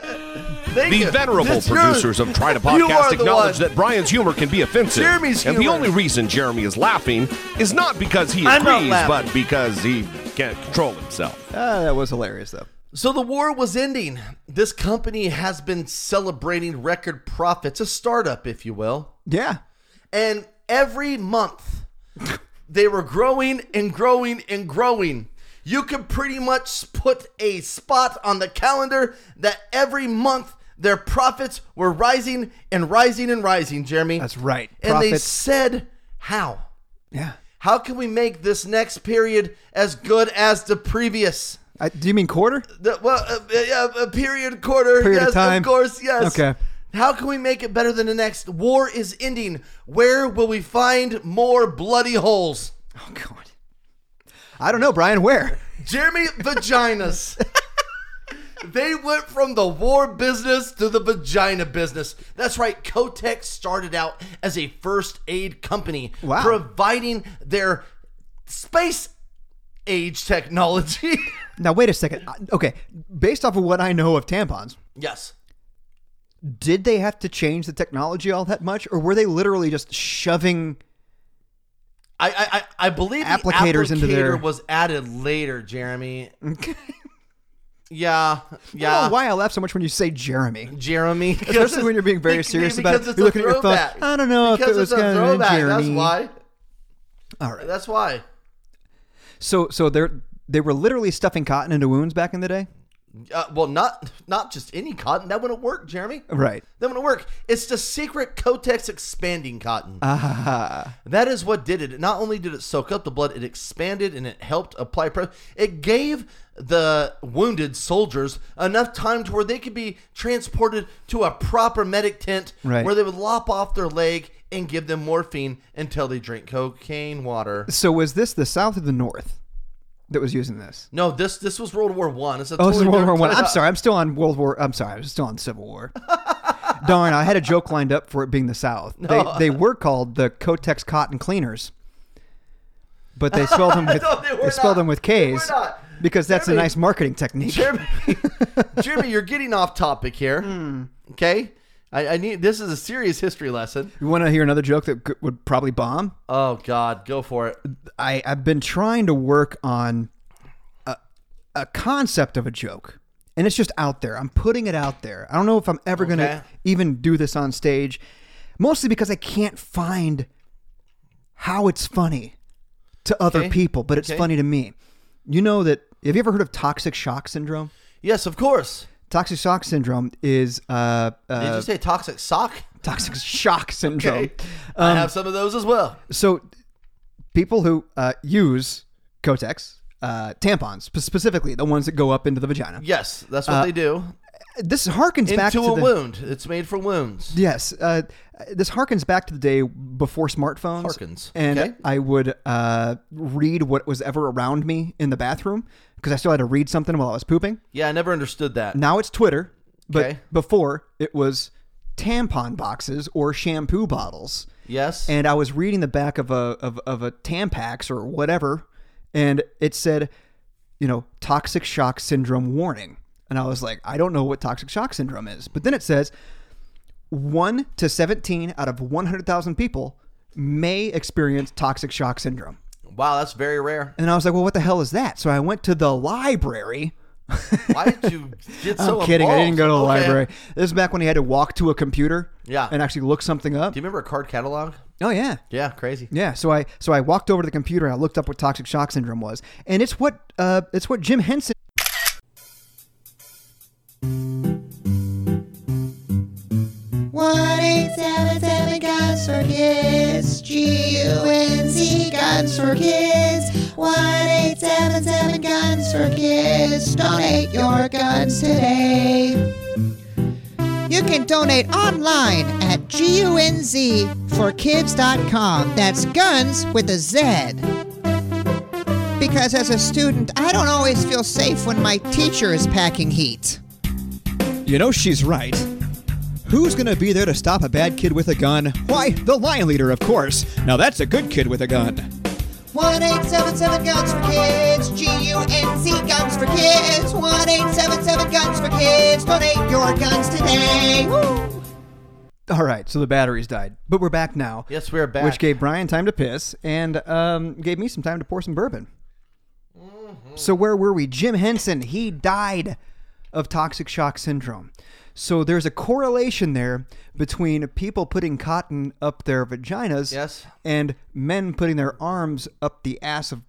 Speaker 2: thank
Speaker 4: The
Speaker 2: you.
Speaker 4: venerable
Speaker 2: It's yours.
Speaker 4: producers of Try to
Speaker 2: You are
Speaker 4: Podcast
Speaker 2: the
Speaker 4: acknowledge
Speaker 2: one.
Speaker 4: that Brian's humor can be offensive.
Speaker 2: Jeremy's
Speaker 4: and the
Speaker 2: humor.
Speaker 4: only reason Jeremy is laughing is not because he
Speaker 2: I'm not
Speaker 4: agrees,
Speaker 2: laughing.
Speaker 4: but because he can't control himself.
Speaker 1: Ah, that was hilarious though.
Speaker 2: So the war was ending. This company has been celebrating record profits, a startup, if you will.
Speaker 1: Yeah.
Speaker 2: And every month, they were growing and growing and growing. You could pretty much put a spot on the calendar that every month their profits were rising and rising and rising, Jeremy.
Speaker 1: That's right.
Speaker 2: And they
Speaker 1: Profits.
Speaker 2: said, How?
Speaker 1: Yeah.
Speaker 2: How can we make this next period as good as the previous?
Speaker 1: I, do you mean quarter?
Speaker 2: The, well, uh, yeah, a period quarter.
Speaker 1: Period of
Speaker 2: yes,
Speaker 1: time.
Speaker 2: course, yes.
Speaker 1: Okay.
Speaker 2: How can we make it better than the next? War is ending. Where will we find more bloody holes?
Speaker 1: Oh God. I don't know, Brian. Where?
Speaker 2: Jeremy vaginas. they went from the war business to the vagina business. That's right. Kotex started out as a first aid company,
Speaker 1: Wow.
Speaker 2: providing their space age technology.
Speaker 1: Now wait a second. I- Okay, based off of what I know of tampons,
Speaker 2: yes.
Speaker 1: did they have to change the technology all that much, or were they literally just shoving?
Speaker 2: I- I, I, I believe
Speaker 1: Applicators
Speaker 2: the applicator
Speaker 1: into their-
Speaker 2: was added later, Jeremy.
Speaker 1: Okay.
Speaker 2: Yeah,
Speaker 1: I don't
Speaker 2: yeah.
Speaker 1: know why I laugh so much when you say Jeremy.
Speaker 2: Jeremy,
Speaker 1: Especially when you're being very
Speaker 2: Because-
Speaker 1: serious about it.
Speaker 2: because it's
Speaker 1: You're
Speaker 2: a
Speaker 1: looking at your phone.
Speaker 2: throwback.
Speaker 1: I don't know if
Speaker 2: Because
Speaker 1: it was
Speaker 2: it's a
Speaker 1: gonna
Speaker 2: throwback. That's
Speaker 1: Jeremy.
Speaker 2: why.
Speaker 1: All right.
Speaker 2: That's why.
Speaker 1: So so they're they were literally stuffing cotton into wounds back in the day.
Speaker 2: Uh, well, not not just any cotton. That wouldn't work, Jeremy.
Speaker 1: Right.
Speaker 2: That wouldn't work. It's the secret Kotex expanding cotton.
Speaker 1: Ah.
Speaker 2: That is what did it. Not only did it soak up the blood, it expanded and it helped apply pressure. It gave the wounded soldiers enough time to where they could be transported to a proper medic tent
Speaker 1: Right.
Speaker 2: where they would lop off their leg and give them morphine until they drink cocaine water.
Speaker 1: So was this the South or the North that was using this?
Speaker 2: No, this this was World War One. It's a
Speaker 1: Oh, this is
Speaker 2: totally
Speaker 1: World War One.
Speaker 2: different-
Speaker 1: I'm sorry. I'm still on World War. I'm sorry. I was still on Civil War. Darn, I had a joke lined up for it being the South. They, they were called the Kotex Cotton Cleaners, but they spelled them with
Speaker 2: No, they
Speaker 1: they,
Speaker 2: were
Speaker 1: spelled them with
Speaker 2: not.
Speaker 1: K's
Speaker 2: They were not.
Speaker 1: because that's
Speaker 2: Jeremy-
Speaker 1: a nice marketing technique.
Speaker 2: Jeremy, Jeremy, you're getting off topic here.
Speaker 1: Hmm.
Speaker 2: Okay, I, I need this is a serious history lesson.
Speaker 1: You want to hear another joke that could, would probably bomb?
Speaker 2: Oh God, go for it.
Speaker 1: I, I've been trying to work on a, a concept of a joke, and it's just out there. I'm putting it out there. I don't know if I'm ever going
Speaker 2: Okay.
Speaker 1: to even do this on stage, mostly because I can't find how it's funny to other
Speaker 2: Okay.
Speaker 1: people, but it's
Speaker 2: Okay.
Speaker 1: funny to me. You know that, have you ever heard of toxic shock syndrome?
Speaker 2: Yes, of course.
Speaker 1: Toxic shock syndrome is uh, uh,
Speaker 2: Did you say toxic sock?
Speaker 1: toxic shock syndrome.
Speaker 2: Okay.
Speaker 1: um,
Speaker 2: I have some of those as well.
Speaker 1: so people who uh, use Kotex uh, tampons, spe- specifically the ones that go up into the vagina.
Speaker 2: Yes, that's what they do.
Speaker 1: This harkens uh, back to
Speaker 2: Into a
Speaker 1: the,
Speaker 2: wound. It's made for wounds.
Speaker 1: Yes, uh, this harkens back to the day before smartphones.
Speaker 2: Harkens.
Speaker 1: and
Speaker 2: Okay.
Speaker 1: I would uh, read what was ever around me in the bathroom because I still had to read something while I was pooping.
Speaker 2: Yeah, I never understood that.
Speaker 1: Now it's Twitter, but
Speaker 2: Okay.
Speaker 1: before it was tampon boxes or shampoo bottles.
Speaker 2: Yes.
Speaker 1: and I was reading the back of a of, of a Tampax or whatever, and it said, you know, toxic shock syndrome warning. And I was like, I don't know what toxic shock syndrome is. But then it says one to seventeen out of one hundred thousand people may experience toxic shock syndrome.
Speaker 2: wow, that's very rare.
Speaker 1: And I was like, well, what the hell is that? So I went to the library.
Speaker 2: Why did you get so
Speaker 1: I'm kidding. I didn't go to the
Speaker 2: involved? Okay.
Speaker 1: library. This is back when you had to walk to a computer
Speaker 2: Yeah.
Speaker 1: and actually look something up.
Speaker 2: Do you remember a card catalog?
Speaker 1: Oh, yeah.
Speaker 2: Yeah, crazy.
Speaker 1: Yeah, so I so I walked over to the computer and I looked up what toxic shock syndrome was, and it's what uh, it's what Jim Henson.
Speaker 5: One eight seven seven guns for kids. G U N Z guns for kids. One eight seven seven guns for kids. Donate your guns today. You can donate online at gunzforkids.com. That's guns with a Z. Because as a student, I don't always feel safe when my teacher is packing heat.
Speaker 1: You know she's right. Who's gonna be there to stop a bad kid with a gun? Why, the lion leader, of course. Now that's a good kid with a gun.
Speaker 5: One eight seven seven guns for kids. G U N Z guns for kids. One eight seven seven guns for kids. Donate your guns today. Woo!
Speaker 1: All right, so the batteries died, but we're back now.
Speaker 2: Yes, we're back.
Speaker 1: Which gave Brian time to piss and um, gave me some
Speaker 2: Mm-hmm.
Speaker 1: time to pour some bourbon. So where were we? Jim Henson. He died of toxic shock syndrome. So there's a correlation there between people putting cotton up their vaginas
Speaker 2: Yes.
Speaker 1: and men putting their arms up the ass of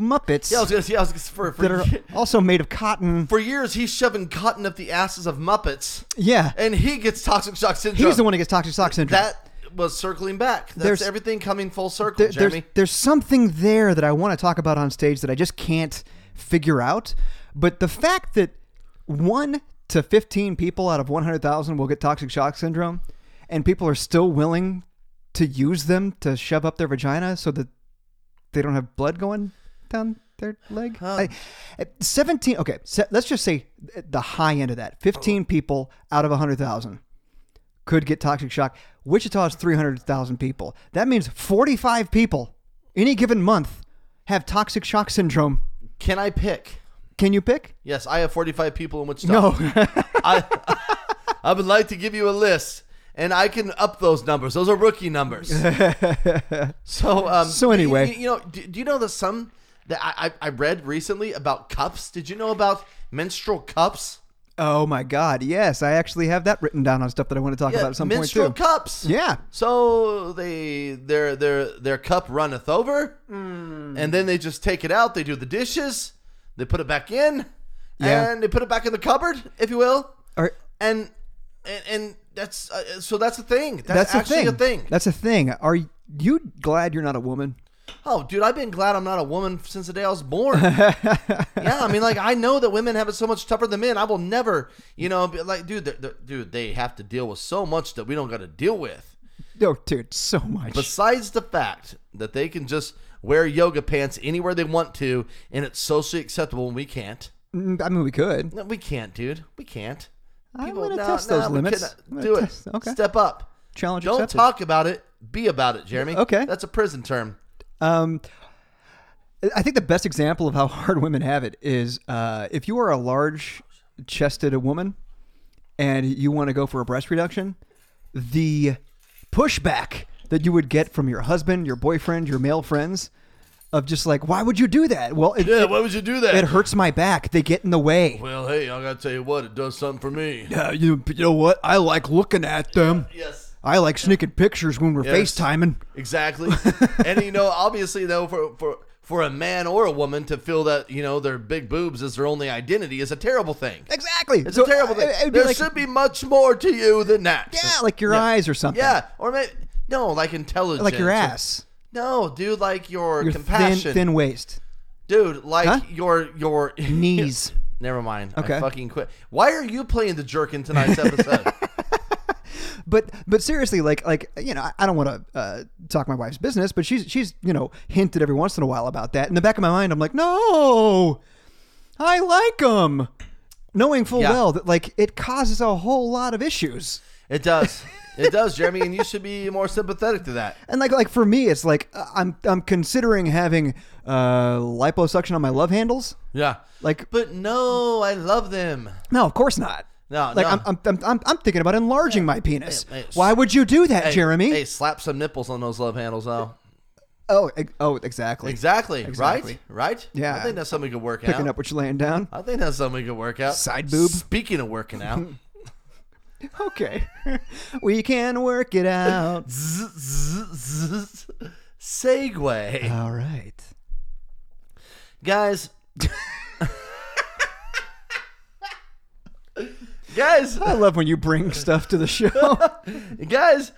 Speaker 1: Muppets
Speaker 2: Yeah, I was gonna say, I was gonna, for for,
Speaker 1: that are also made of cotton.
Speaker 2: for years he's shoving cotton up the asses of Muppets,
Speaker 1: Yeah.
Speaker 2: and he gets toxic shock syndrome.
Speaker 1: He's the one who gets toxic shock syndrome.
Speaker 2: that was circling back. That's
Speaker 1: There's-
Speaker 2: everything coming full circle,
Speaker 1: There- there's,
Speaker 2: Jeremy.
Speaker 1: there's something there that I want to talk about on stage that I just can't figure out. But the fact that one to 15 people out of 100,000 will get toxic shock syndrome and people are still willing to use them to shove up their vagina so that they don't have blood going down their leg. I- at 17, okay, so let's just say at the high end of that 15 people out of 100,000 could get toxic shock. Wichita is 300,000 people. That means 45 people any given month have toxic shock syndrome.
Speaker 2: Can I pick?
Speaker 1: Can you pick?
Speaker 2: Yes, I have 45 people in Wichita.
Speaker 1: No.
Speaker 2: I, I would like to give you a list, and I can up those numbers. Those are rookie numbers. so, um,
Speaker 1: So
Speaker 2: you-
Speaker 1: anyway.
Speaker 2: you, you know, do, do you know that some that I, I I read recently about cups? Did you know about menstrual cups?
Speaker 1: oh my God. Yes, I actually have that written down on stuff that I want to talk about at some point
Speaker 2: menstrual
Speaker 1: too.
Speaker 2: cups.
Speaker 1: Yeah.
Speaker 2: So they their their their cup runneth over,
Speaker 1: Hmm.
Speaker 2: and then they just take it out. They do the dishes. They put it back in,
Speaker 1: Yeah.
Speaker 2: and they put it back in the cupboard, if you will.
Speaker 1: Or-
Speaker 2: and and, and that's uh, so that's a thing. That's,
Speaker 1: that's a
Speaker 2: actually
Speaker 1: thing.
Speaker 2: a thing.
Speaker 1: That's a thing. Are you glad you're not a woman?
Speaker 2: oh, dude, I've been glad I'm not a woman since the day I was born. yeah, I mean, like I know that women have it so much tougher than men. I will never, you know, be like, dude, they're- they're- dude, they have to deal with so much that we don't got to deal with.
Speaker 1: No, Oh, dude, so much.
Speaker 2: Besides the fact that they can just wear yoga pants anywhere they want to, and it's socially acceptable, and we can't.
Speaker 1: Mm, I mean, we could.
Speaker 2: No, we can't, dude. We can't.
Speaker 1: I'm
Speaker 2: People-
Speaker 1: gonna
Speaker 2: no,
Speaker 1: test
Speaker 2: no,
Speaker 1: those
Speaker 2: we
Speaker 1: limits.
Speaker 2: cannot.
Speaker 1: I'm gonna
Speaker 2: Do it.
Speaker 1: test- okay.
Speaker 2: Step up.
Speaker 1: Challenge
Speaker 2: Don't
Speaker 1: accepted.
Speaker 2: talk about it. Be about it, Jeremy.
Speaker 1: Okay.
Speaker 2: That's a prison term.
Speaker 1: Um, I think the best example of how hard women have it is uh, if you are a large chested woman and you want to go for a breast reduction, the pushback that you would get from your husband, your boyfriend, your male friends of just like, why would you do that? Well, it,
Speaker 2: Yeah,
Speaker 1: it,
Speaker 2: why would you do that?
Speaker 1: it hurts my back. They get in the way.
Speaker 2: Well, hey, I gotta tell you what, it does something for me.
Speaker 1: Uh, you, you know what? I like looking at them.
Speaker 2: Yes.
Speaker 1: I like sneaking pictures when we're
Speaker 2: Yes.
Speaker 1: FaceTiming.
Speaker 2: Exactly. and you know, obviously though, for for for a man or a woman to feel that, you know, their big boobs is their only identity is a terrible thing.
Speaker 1: Exactly. uh,
Speaker 2: It's a terrible thing.
Speaker 1: it- it would be
Speaker 2: there
Speaker 1: like-
Speaker 2: should be much more to you than that.
Speaker 1: Yeah, like your eyes or something.
Speaker 2: Yeah, or maybe no, like intelligence,
Speaker 1: Like your
Speaker 2: or-
Speaker 1: ass.
Speaker 2: No, dude, like your,
Speaker 1: Your
Speaker 2: compassion,
Speaker 1: thin, thin waist.
Speaker 2: dude, like
Speaker 1: Huh?
Speaker 2: your your
Speaker 1: Knees.
Speaker 2: Never mind. I
Speaker 1: Okay.
Speaker 2: fucking quit. Why are you playing the jerk in tonight's episode?
Speaker 1: But but seriously, like like you know, I- I don't want to uh, talk my wife's business, but she's she's you know hinted every once in a while about that. In the back of my mind, I'm like, no, I like them, knowing full
Speaker 2: Yeah.
Speaker 1: well that like it causes a whole lot of issues.
Speaker 2: it does. It does, Jeremy, and you should be more sympathetic to that.
Speaker 1: And like like for me, it's like uh, I'm I'm considering having uh, liposuction on my love handles.
Speaker 2: Yeah.
Speaker 1: Like
Speaker 2: But no, I love them.
Speaker 1: no, of course not.
Speaker 2: No,
Speaker 1: like
Speaker 2: no.
Speaker 1: I'm, I'm, I'm I'm I'm thinking about enlarging my penis.
Speaker 2: Hey, hey, s-
Speaker 1: Why would you do that,
Speaker 2: Hey,
Speaker 1: Jeremy?
Speaker 2: Hey, slap some nipples on those love handles, though.
Speaker 1: Oh ex- oh exactly.
Speaker 2: Exactly.
Speaker 1: Exactly.
Speaker 2: Right. Right.
Speaker 1: Yeah.
Speaker 2: I think that's something we could work
Speaker 1: Picking
Speaker 2: out.
Speaker 1: up what you're laying down.
Speaker 2: I think that's something we could work out.
Speaker 1: Side boob?
Speaker 2: Speaking of working out,
Speaker 1: Okay. we can work it out.
Speaker 2: zzz, segue,
Speaker 1: All right.
Speaker 2: guys. guys,
Speaker 1: I love when you bring stuff to the show.
Speaker 2: guys,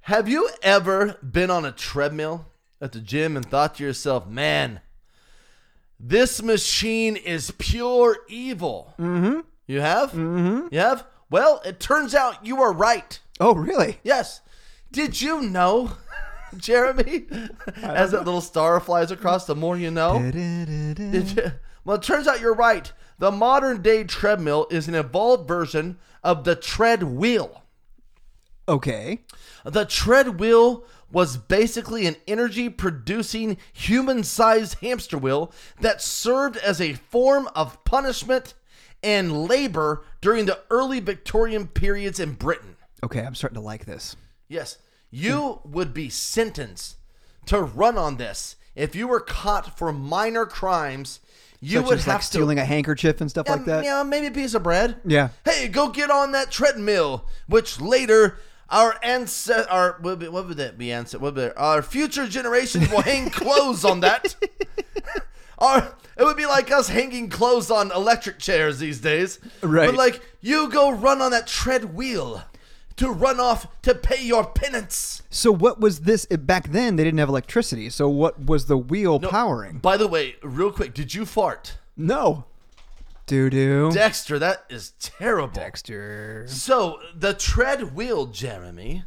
Speaker 2: have you ever been on a treadmill at the gym and thought to yourself, man, this machine is pure evil? Mm-hmm. You have? Mm-hmm. You have? Well, it turns out you are right.
Speaker 1: oh, really?
Speaker 2: Yes. Did you know, Jeremy, as that little star flies across, the more you know? Did you- Well, it turns out you're right. The modern day treadmill is an evolved version of the tread wheel.
Speaker 1: Okay.
Speaker 2: The tread wheel was basically an energy producing human sized hamster wheel that served as a form of punishment and labor during the early Victorian periods in Britain.
Speaker 1: Okay, I'm starting to like this.
Speaker 2: Yes, you would be sentenced to run on this if you were caught for minor crimes, you
Speaker 1: Such
Speaker 2: would
Speaker 1: as
Speaker 2: have
Speaker 1: like
Speaker 2: to
Speaker 1: stealing a handkerchief and stuff like
Speaker 2: um,
Speaker 1: that.
Speaker 2: Yeah, maybe a piece of bread.
Speaker 1: Yeah.
Speaker 2: Hey, go get on that treadmill, which later our ancestor, our what would- what would that be? Ancestor, what would that- our future generations will hang clothes on that. our it would be like us hanging clothes on electric chairs these days.
Speaker 1: Right.
Speaker 2: But like you go run on that tread wheel to run off to pay your penance.
Speaker 1: So what was this eh, back then? They didn't have electricity. So what was the wheel powering?
Speaker 2: By the way, real quick, did you fart?
Speaker 1: No. Doo doo.
Speaker 2: Dexter, that is terrible.
Speaker 1: Dexter.
Speaker 2: So the tread wheel, Jeremy.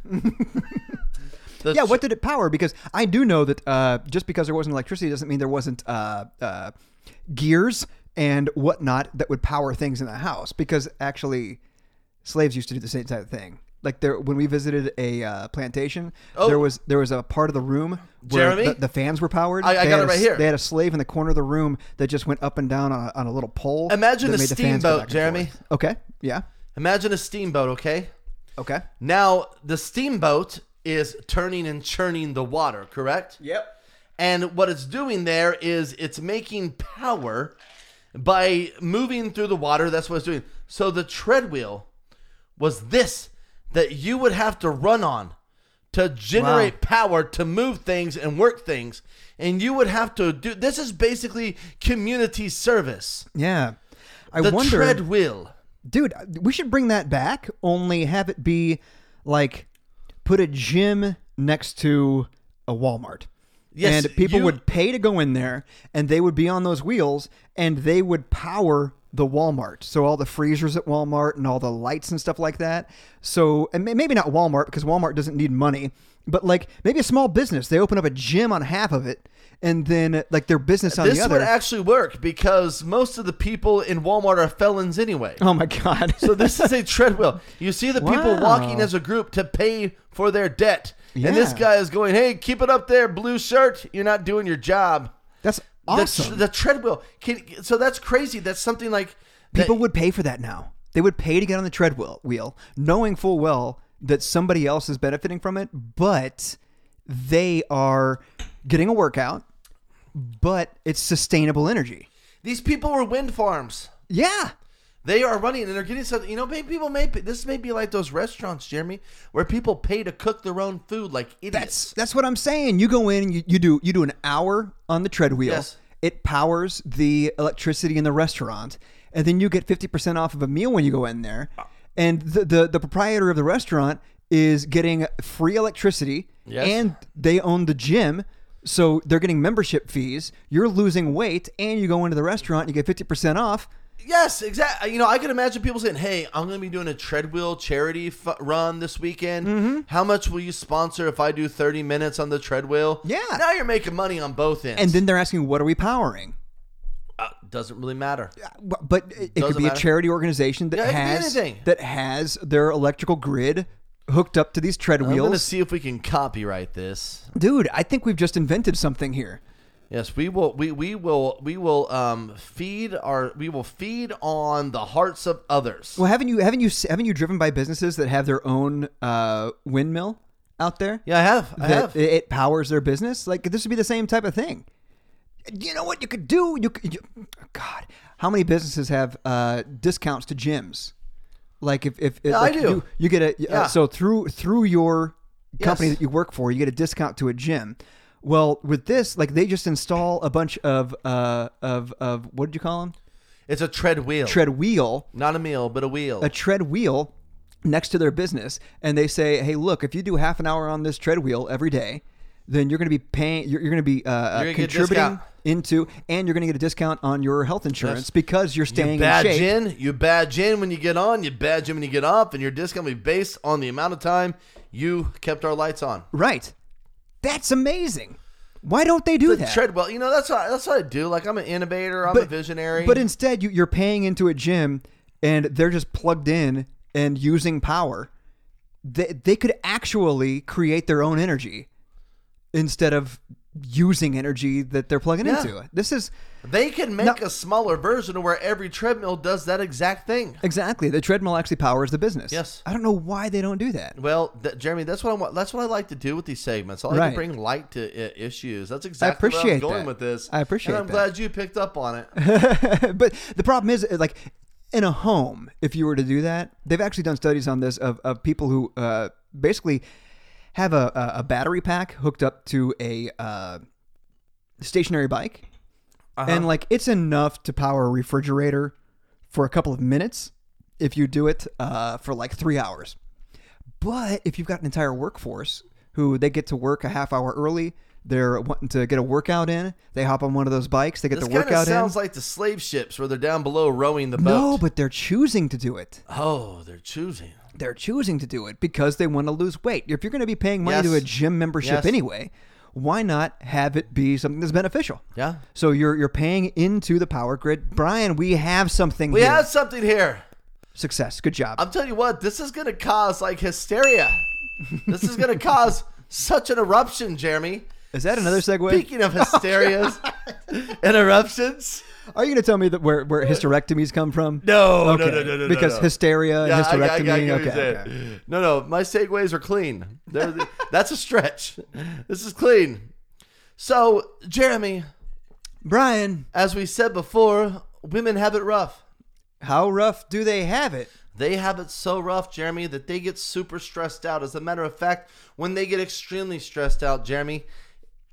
Speaker 2: The
Speaker 1: Yeah, what did it power? Because I do know that uh, just because there wasn't electricity doesn't mean there wasn't uh, uh, gears and whatnot that would power things in the house. Because actually, slaves used to do the same type of thing. Like there, when we visited a uh, plantation, there was there was a part of the room where
Speaker 2: Oh. Jeremy?
Speaker 1: the, the fans were powered.
Speaker 2: I- I
Speaker 1: They
Speaker 2: got
Speaker 1: had
Speaker 2: it
Speaker 1: a
Speaker 2: right
Speaker 1: s-
Speaker 2: here.
Speaker 1: They had a slave in the corner of the room that just went up and down on a, on a little pole.
Speaker 2: Imagine
Speaker 1: that
Speaker 2: a
Speaker 1: made the fans go
Speaker 2: steamboat,
Speaker 1: back and
Speaker 2: Jeremy.
Speaker 1: forth. Okay, yeah,
Speaker 2: Imagine a steamboat, okay?
Speaker 1: okay.
Speaker 2: Now the steamboat is turning and churning the water, correct?
Speaker 1: Yep.
Speaker 2: And what it's doing there is it's making power by moving through the water. That's what it's doing. So the treadwheel was this that you would have to run on to generate power to move things and work things. And you would have to do this is basically community service.
Speaker 1: Yeah. I
Speaker 2: The
Speaker 1: wonder.
Speaker 2: treadwheel.
Speaker 1: dude uh, we should bring that back only have it be like put a gym next to a walmart
Speaker 2: Yes,
Speaker 1: and people
Speaker 2: you-
Speaker 1: would pay to go in there and they would be on those wheels and they would power the walmart so all the freezers at walmart and all the lights and stuff like that so and may- maybe not walmart because walmart doesn't need money but like maybe a small business they open up a gym on half of it and then like their business on
Speaker 2: This
Speaker 1: the other
Speaker 2: would actually work because most of the people in Walmart are felons anyway.
Speaker 1: oh my god
Speaker 2: So this is a treadwheel. You see the people
Speaker 1: Wow.
Speaker 2: walking as a group to pay for their debt. And this
Speaker 1: Yeah.
Speaker 2: guy is going, "Hey, keep it up there, blue shirt. You're not doing your job."
Speaker 1: that's
Speaker 2: The tr-
Speaker 1: awesome
Speaker 2: The, treadwheel. Can, so that's crazy. That's something like that-
Speaker 1: People would pay for that now. They would pay to get on the treadwheel wheel, knowing full well that somebody else is benefiting from it, but they are getting a workout, but it's sustainable energy.
Speaker 2: these people were wind farms.
Speaker 1: Yeah.
Speaker 2: They are running and they're getting something. You know, maybe people may be- this may be like those restaurants, Jeremy, where people pay to cook their own food like idiots.
Speaker 1: That's that's what I'm saying. You go in, you, you do you do an hour on the treadwheel.
Speaker 2: Yes.
Speaker 1: It powers the electricity in the restaurant, and then you get fifty percent off of a meal when you go in there. And the the, the proprietor of the restaurant is getting free electricity,
Speaker 2: Yes.
Speaker 1: and they own the gym. So they're getting membership fees. You're losing weight, and you go into the restaurant, you get fifty percent off.
Speaker 2: Yes, exactly. You know, I can imagine people saying, "Hey, I'm going to be doing a treadwheel charity f- run this weekend.
Speaker 1: Mm-hmm.
Speaker 2: How much will you sponsor if I do 30 minutes on the treadwheel?"
Speaker 1: Yeah.
Speaker 2: Now you're making money on both ends.
Speaker 1: And then they're asking, "What are we powering?"
Speaker 2: uh, doesn't really matter.
Speaker 1: But- but it, it could
Speaker 2: Doesn't
Speaker 1: be a
Speaker 2: matter.
Speaker 1: charity organization that
Speaker 2: Yeah, it could be
Speaker 1: has
Speaker 2: anything.
Speaker 1: that has their electrical grid hooked up to these tread
Speaker 2: I'm going to
Speaker 1: wheels.
Speaker 2: see if we can copyright this.
Speaker 1: Dude, I think we've just invented something here.
Speaker 2: Yes, we will we we will we will um feed our we will feed on the hearts of others.
Speaker 1: Well, haven't you haven't you s- haven't you driven by businesses that have their own uh, windmill out there?
Speaker 2: Yeah, I have. I
Speaker 1: that
Speaker 2: have.
Speaker 1: it- it powers their business. Like this would be the same type of thing. You know what you could do? You, could, you God, how many businesses have uh, discounts to gyms? Like if if, if
Speaker 2: Yeah, I
Speaker 1: like
Speaker 2: do.
Speaker 1: You, you get a
Speaker 2: Yeah.
Speaker 1: uh, so through through your company
Speaker 2: Yes.
Speaker 1: that you work for, you get a discount to a gym. Well, with this, like they just install a bunch of uh of of what did you call them?
Speaker 2: it's a treadwheel.
Speaker 1: Tread wheel
Speaker 2: Not a meal, but a wheel.
Speaker 1: a tread wheel next to their business and they say hey look if you do half an hour on this tread wheel every day then you're going to be paying you're, you're going to be uh,
Speaker 2: gonna get a
Speaker 1: contributing
Speaker 2: discount.
Speaker 1: into and you're going to get a discount on your health insurance because you're staying in
Speaker 2: badge
Speaker 1: shape
Speaker 2: in, you badge in when you get on, you badge in when you get off, and your discount will be based on the amount of time you kept our lights on.
Speaker 1: right that's amazing why don't they do
Speaker 2: The
Speaker 1: that
Speaker 2: treadwell, you know, that's what, that's what I do. Like I'm an innovator, I'm a visionary.
Speaker 1: but instead you, you're paying into a gym and they're just plugged in and using power they, they could actually create their own energy instead of using energy that they're plugging
Speaker 2: Yeah.
Speaker 1: into. This is
Speaker 2: They can make
Speaker 1: No.
Speaker 2: a smaller version of where every treadmill does that exact thing.
Speaker 1: exactly the treadmill actually powers the business.
Speaker 2: Yes.
Speaker 1: I don't know why they don't do that.
Speaker 2: Well, th- Jeremy, that's what I want. That's what I like to do with these segments. I like
Speaker 1: Right.
Speaker 2: to bring light to I- issues. That's exactly where
Speaker 1: appreciate
Speaker 2: I'm going
Speaker 1: that.
Speaker 2: with this.
Speaker 1: I appreciate
Speaker 2: And I'm
Speaker 1: that.
Speaker 2: glad you picked up on it.
Speaker 1: but the problem is uh, like in a home if you were to do that they've actually done studies on this of, of people who uh, basically have a, a- a battery pack hooked up to a uh, stationary bike
Speaker 2: Uh-huh.
Speaker 1: and like it's enough to power a refrigerator for a couple of minutes if you do it uh, for like three hours but if you've got an entire workforce who they get to work a half hour early they're wanting to get a workout in they hop on one of those bikes they get
Speaker 2: This
Speaker 1: the
Speaker 2: kind of
Speaker 1: workout in
Speaker 2: sounds like the slave ships where they're down below rowing the boat.
Speaker 1: no, but they're choosing to do it.
Speaker 2: oh, they're choosing.
Speaker 1: They're choosing to do it because they want to lose weight. If you're going to be paying money to a
Speaker 2: Yes.
Speaker 1: gym membership
Speaker 2: Yes.
Speaker 1: anyway, why not have it be something that's beneficial?
Speaker 2: Yeah.
Speaker 1: So you're you're paying into the power grid, Brian. We have something.
Speaker 2: We
Speaker 1: here.
Speaker 2: have something here.
Speaker 1: success. Good job.
Speaker 2: I'm telling you what, this is going to cause like hysteria. this is going to cause such an eruption, Jeremy.
Speaker 1: Is that another segue?
Speaker 2: Speaking of hysterias and eruptions,
Speaker 1: Are you going to tell me that where where hysterectomies come from?
Speaker 2: no, no,
Speaker 1: Okay.
Speaker 2: no, no, no, no,
Speaker 1: because
Speaker 2: no.
Speaker 1: hysteria, and
Speaker 2: Yeah, I- I- I
Speaker 1: hysterectomy.
Speaker 2: get what you're
Speaker 1: okay,
Speaker 2: saying.
Speaker 1: okay.
Speaker 2: No, no, my segues are clean. They're- that's a stretch. This is clean. So, Jeremy,
Speaker 1: Brian,
Speaker 2: as we said before, women have it rough.
Speaker 1: how rough do they have it?
Speaker 2: They have it so rough, Jeremy, that they get super stressed out. As a matter of fact, when they get extremely stressed out, Jeremy,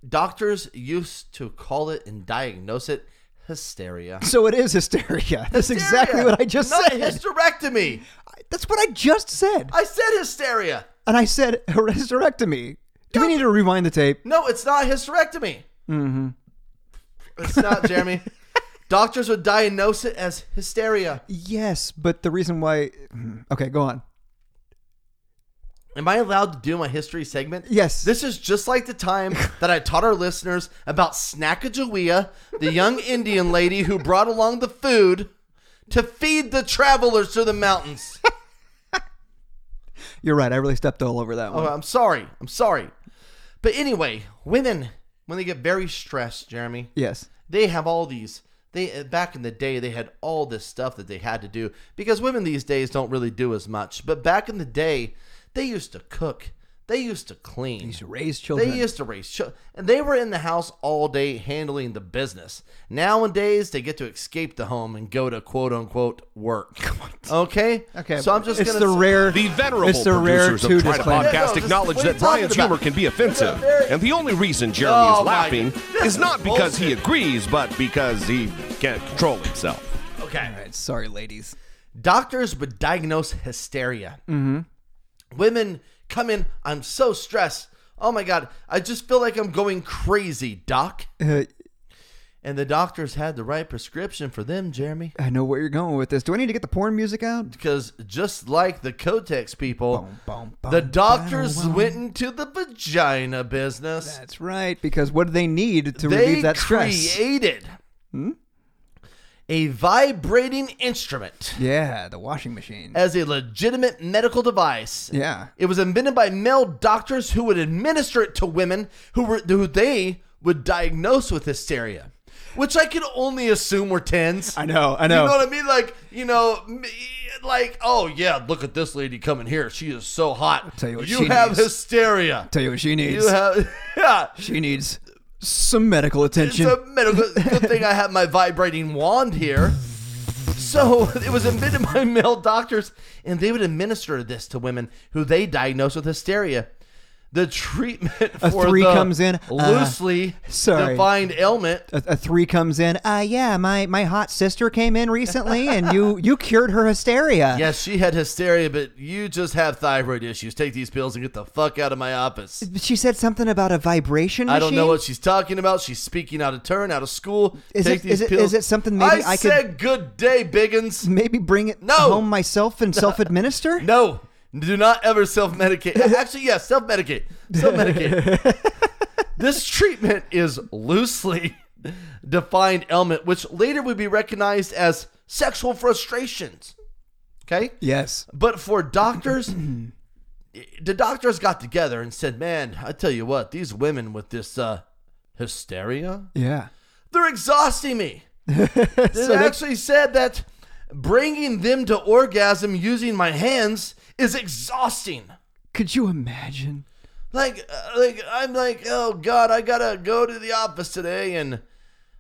Speaker 2: doctors used to call it and diagnose it hysteria.
Speaker 1: So it is hysteria. That's exactly
Speaker 2: Hysteria,
Speaker 1: what I just
Speaker 2: not
Speaker 1: said.
Speaker 2: Hysterectomy.
Speaker 1: That's what I just said.
Speaker 2: I said hysteria.
Speaker 1: And I said, hysterectomy. Do we need to rewind the tape?
Speaker 2: No, it's not hysterectomy. Mm-hmm. It's not, Jeremy. Doctors would diagnose it as hysteria.
Speaker 1: Yes, but the reason why. hmm, Okay, go on.
Speaker 2: Am I allowed to do my history segment?
Speaker 1: Yes.
Speaker 2: This is just like the time that I taught our listeners about Snackajawea, the young Indian lady who brought along the food to feed the travelers to the mountains.
Speaker 1: You're right. I really stepped all over that one.
Speaker 2: Oh, I'm sorry. I'm sorry. But anyway, women, when they get very stressed, Jeremy,
Speaker 1: Yes.
Speaker 2: they have all these they uh, back in the day they had all this stuff that they had to do because women these days don't really do as much but back in the day they used to cook they used to clean
Speaker 1: These raised children.
Speaker 2: they used to raise children and they were in the house all day handling the business nowadays they get to escape the home and go to quote unquote work okay
Speaker 1: okay.
Speaker 2: so i'm just
Speaker 1: It's
Speaker 2: gonna
Speaker 1: the
Speaker 2: s-
Speaker 1: rare.
Speaker 4: The venerable
Speaker 1: It's the rare
Speaker 4: producers
Speaker 1: two
Speaker 4: of Try to
Speaker 1: disclaimer.
Speaker 2: Yeah, no,
Speaker 4: Podcast
Speaker 2: just-
Speaker 4: acknowledge
Speaker 2: what are you
Speaker 4: that Brian's
Speaker 2: talking about?
Speaker 4: humor can be offensive,
Speaker 2: very-
Speaker 4: and the only reason Jeremy
Speaker 2: Oh,
Speaker 4: is
Speaker 2: my
Speaker 4: laughing
Speaker 2: goodness.
Speaker 4: is not because he
Speaker 2: Bullshit.
Speaker 4: agrees, but because he can't control himself.
Speaker 2: okay
Speaker 1: All right, sorry, ladies.
Speaker 2: doctors would diagnose hysteria. Mm-hmm. Women come in, I'm so stressed. Oh my God, I just feel like I'm going crazy, doc.
Speaker 1: Uh,
Speaker 2: And the doctors had the right prescription for them, Jeremy.
Speaker 1: I know where you're going with this. Do I need to get the porn music out?
Speaker 2: Because just like the Kotex people,
Speaker 1: Boom, boom, boom,
Speaker 2: the doctors
Speaker 1: boom, boom.
Speaker 2: went into the vagina business.
Speaker 1: That's right, because what do they need to
Speaker 2: they
Speaker 1: relieve that stress? Hmm?
Speaker 2: created a vibrating instrument
Speaker 1: yeah, the washing machine.
Speaker 2: as a legitimate medical device.
Speaker 1: yeah.
Speaker 2: It was invented by male doctors who would administer it to women who were who they would diagnose with hysteria, which I can only assume were tens.
Speaker 1: I know, I know.
Speaker 2: You know what I mean? Like you know, m- like oh yeah, look at this lady coming here. She is so hot.
Speaker 1: tell you what she
Speaker 2: have
Speaker 1: needs.
Speaker 2: hysteria.
Speaker 1: Tell you what she needs.
Speaker 2: You have yeah.
Speaker 1: she needs some medical
Speaker 2: It's
Speaker 1: attention.
Speaker 2: a medical. Good thing I have my vibrating wand here. So it was invented by male doctors, and they would administer this to women who they diagnosed with hysteria. The treatment
Speaker 1: A
Speaker 2: for
Speaker 1: three
Speaker 2: the
Speaker 1: comes in, uh,
Speaker 2: loosely
Speaker 1: sorry.
Speaker 2: defined ailment.
Speaker 1: a, a three comes in. Uh, yeah, my my hot sister came in recently, and you you cured her hysteria.
Speaker 2: Yes, she had hysteria, but you just have thyroid issues. Take these pills and get the fuck out of my office.
Speaker 1: She said something about a vibration. Machine?
Speaker 2: I don't know what she's talking about. She's speaking out of turn, out of school.
Speaker 1: Is
Speaker 2: Take
Speaker 1: it-
Speaker 2: these
Speaker 1: is it-
Speaker 2: pills.
Speaker 1: is it something maybe I could-
Speaker 2: said good day, Biggins.
Speaker 1: Maybe bring it
Speaker 2: No!
Speaker 1: home myself and self administer.
Speaker 2: No, do not ever self medicate. Actually, yeah, self medicate. Self medicate. this treatment is loosely defined element, which later would be recognized as sexual frustrations. Okay?
Speaker 1: Yes.
Speaker 2: But for doctors, the doctors got together and said, man, I tell you what, these women with this uh, hysteria.
Speaker 1: Yeah.
Speaker 2: They're exhausting me. It actually said that bringing them to orgasm using my hands is exhausting.
Speaker 1: Could you imagine?
Speaker 2: Like, uh, like I'm like, oh god, I gotta go to the office today and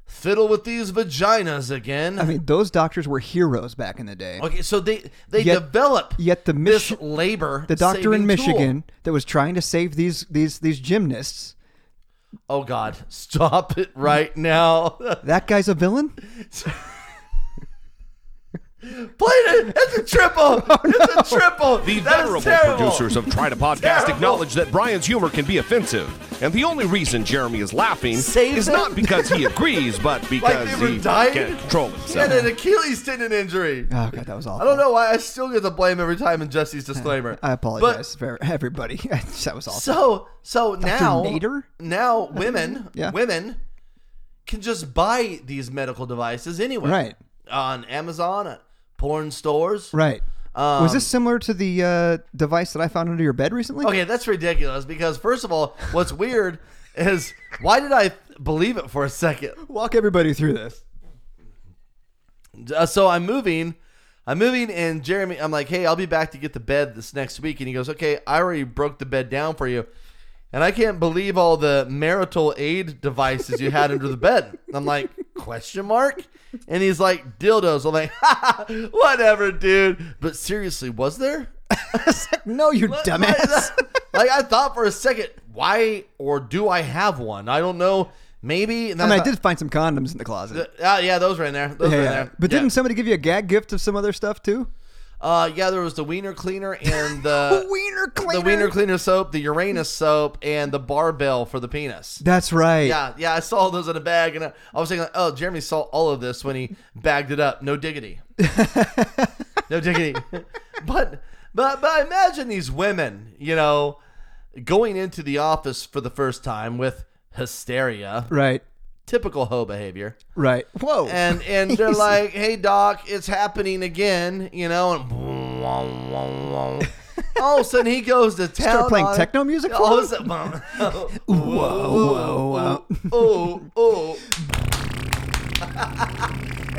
Speaker 2: fiddle with these vaginas again.
Speaker 1: I mean, those doctors were heroes back in the day.
Speaker 2: okay, so they they
Speaker 1: Yet-
Speaker 2: develop
Speaker 1: Yet the
Speaker 2: Oh, this
Speaker 1: Mich-
Speaker 2: labor.
Speaker 1: the doctor in
Speaker 2: saving tool.
Speaker 1: Michigan that was trying to save these these these gymnasts.
Speaker 2: Oh god, stop it right now.
Speaker 1: That guy's a villain.
Speaker 2: Play it. It's a triple.
Speaker 1: Oh,
Speaker 2: It's a triple.
Speaker 4: The
Speaker 2: That is
Speaker 4: venerable
Speaker 2: terrible.
Speaker 4: producers of Try to Podcast
Speaker 2: Terrible.
Speaker 4: acknowledge that Brian's humor can be offensive. And the only reason Jeremy is laughing
Speaker 2: Save
Speaker 4: is
Speaker 2: it.
Speaker 4: not because he agrees, but because
Speaker 2: were
Speaker 4: he
Speaker 2: dying?
Speaker 4: can't control
Speaker 2: He
Speaker 4: himself.
Speaker 2: had an Achilles tendon injury.
Speaker 1: Oh god, that was awful.
Speaker 2: I don't know why I still get the blame every time in Jesse's disclaimer.
Speaker 1: I apologize for everybody. that was awful.
Speaker 2: So so now
Speaker 1: Nader?
Speaker 2: now women
Speaker 1: Yeah.
Speaker 2: women can just buy these medical devices anyway.
Speaker 1: Right.
Speaker 2: On Amazon, at porn stores.
Speaker 1: Right.
Speaker 2: Um,
Speaker 1: was this similar to the uh, device that I found under your bed recently?
Speaker 2: Okay, that's ridiculous because first of all, what's weird is why did I believe it for a second?
Speaker 1: Walk everybody through this.
Speaker 2: Uh, so I'm moving. I'm moving, and Jeremy, I'm like, hey, I'll be back to get the bed this next week. And he goes, okay, I already broke the bed down for you. And I can't believe all the marital aid devices you had under the bed. I'm like, question mark? And he's like, dildos. I'm like, "Ha, ha, whatever, dude. But seriously, was there?
Speaker 1: No, you
Speaker 2: What-
Speaker 1: dumbass.
Speaker 2: like, I thought for a second, why or do I have one? I don't know. Maybe. And
Speaker 1: I
Speaker 2: then
Speaker 1: mean, I
Speaker 2: thought-
Speaker 1: did find some condoms in the closet.
Speaker 2: Uh, yeah, those were in there. Those were in
Speaker 1: yeah.
Speaker 2: there.
Speaker 1: But
Speaker 2: Yeah.
Speaker 1: didn't somebody give you a gag gift of some other stuff too?
Speaker 2: Uh, yeah, there was the wiener cleaner and the
Speaker 1: wiener
Speaker 2: the wiener cleaner soap, the Uranus soap, and the barbell for the penis.
Speaker 1: That's right.
Speaker 2: Yeah, yeah, I saw those in a bag, and I, I was thinking, oh, Jeremy saw all of this when he bagged it up. No diggity, no diggity. but but but I imagine these women, you know, going into the office for the first time with hysteria,
Speaker 1: Right.
Speaker 2: typical hoe behavior
Speaker 1: Right. Whoa.
Speaker 2: and and they're like, "Hey doc, it's happening again," you know, and all of a sudden he goes to town.
Speaker 1: playing
Speaker 2: on it.
Speaker 1: techno music for
Speaker 2: All of a
Speaker 1: him?
Speaker 2: sudden, whoa,
Speaker 1: whoa, whoa.
Speaker 2: oh, oh.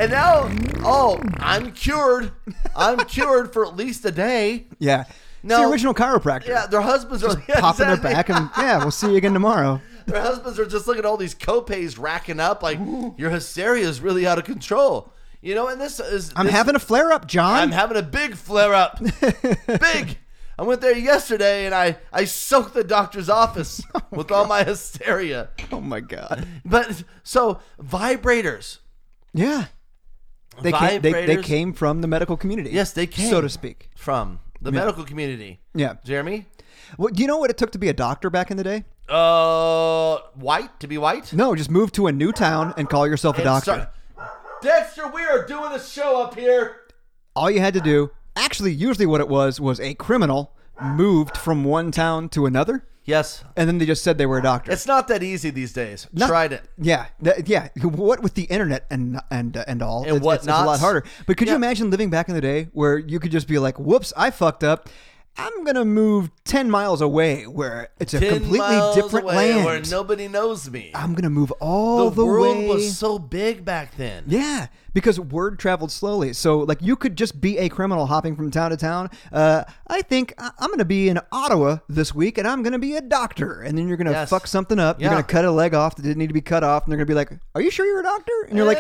Speaker 2: And now, oh, I'm cured. I'm cured for at least a day.
Speaker 1: yeah. It's
Speaker 2: No.
Speaker 1: the original chiropractor.
Speaker 2: Yeah, their husbands are yeah,
Speaker 1: Popping their
Speaker 2: exactly.
Speaker 1: back and yeah, we'll see you again tomorrow.
Speaker 2: Their husbands are just looking at all these copays racking up. Like your hysteria is really out of control. You know, and this is
Speaker 1: I'm
Speaker 2: this-
Speaker 1: having a flare up, John.
Speaker 2: I'm having a big flare up. big. I went there yesterday and I, I soaked the doctor's office with all my hysteria.
Speaker 1: oh my god.
Speaker 2: But so vibrators.
Speaker 1: Yeah. They came, they, they
Speaker 2: Vibrators.
Speaker 1: came from the medical community.
Speaker 2: Yes, they came.
Speaker 1: So to speak.
Speaker 2: From the medical community.
Speaker 1: Yeah.
Speaker 2: Jeremy?
Speaker 1: Well, do you know what it took to be a doctor back in the day?
Speaker 2: Uh white to be white?
Speaker 1: No, just move to a new town and call yourself a doctor.
Speaker 2: Sorry. Dexter, we are doing a show up here.
Speaker 1: All you had to do, actually, usually what it was, was a criminal moved from one town to another,
Speaker 2: Yes.
Speaker 1: and then they just said they were a doctor.
Speaker 2: It's not that easy these days.
Speaker 1: Not-
Speaker 2: Tried it.
Speaker 1: Yeah, th- yeah. What with the internet and and uh, and all,
Speaker 2: And
Speaker 1: it's, it's, it's a lot
Speaker 2: whatnots.
Speaker 1: harder. But could you
Speaker 2: Yeah.
Speaker 1: imagine living back in the day where you could just be like, "Whoops, I fucked up. I'm gonna move ten miles away where it's a
Speaker 2: 10
Speaker 1: completely
Speaker 2: miles
Speaker 1: different
Speaker 2: away
Speaker 1: land.
Speaker 2: where nobody knows me.
Speaker 1: I'm gonna move all
Speaker 2: the,
Speaker 1: the,
Speaker 2: world
Speaker 1: way."
Speaker 2: was so big back then.
Speaker 1: yeah, because word traveled slowly. So, like, you could just be a criminal hopping from town to town. Uh, I think I- I'm going to be in Ottawa this week and I'm going to be a doctor. And then you're going to
Speaker 2: Yes.
Speaker 1: fuck something up. You're
Speaker 2: Yeah.
Speaker 1: going to cut a leg off that didn't need to be cut off. And they're going to be like, Are you sure you're a doctor? And you're like,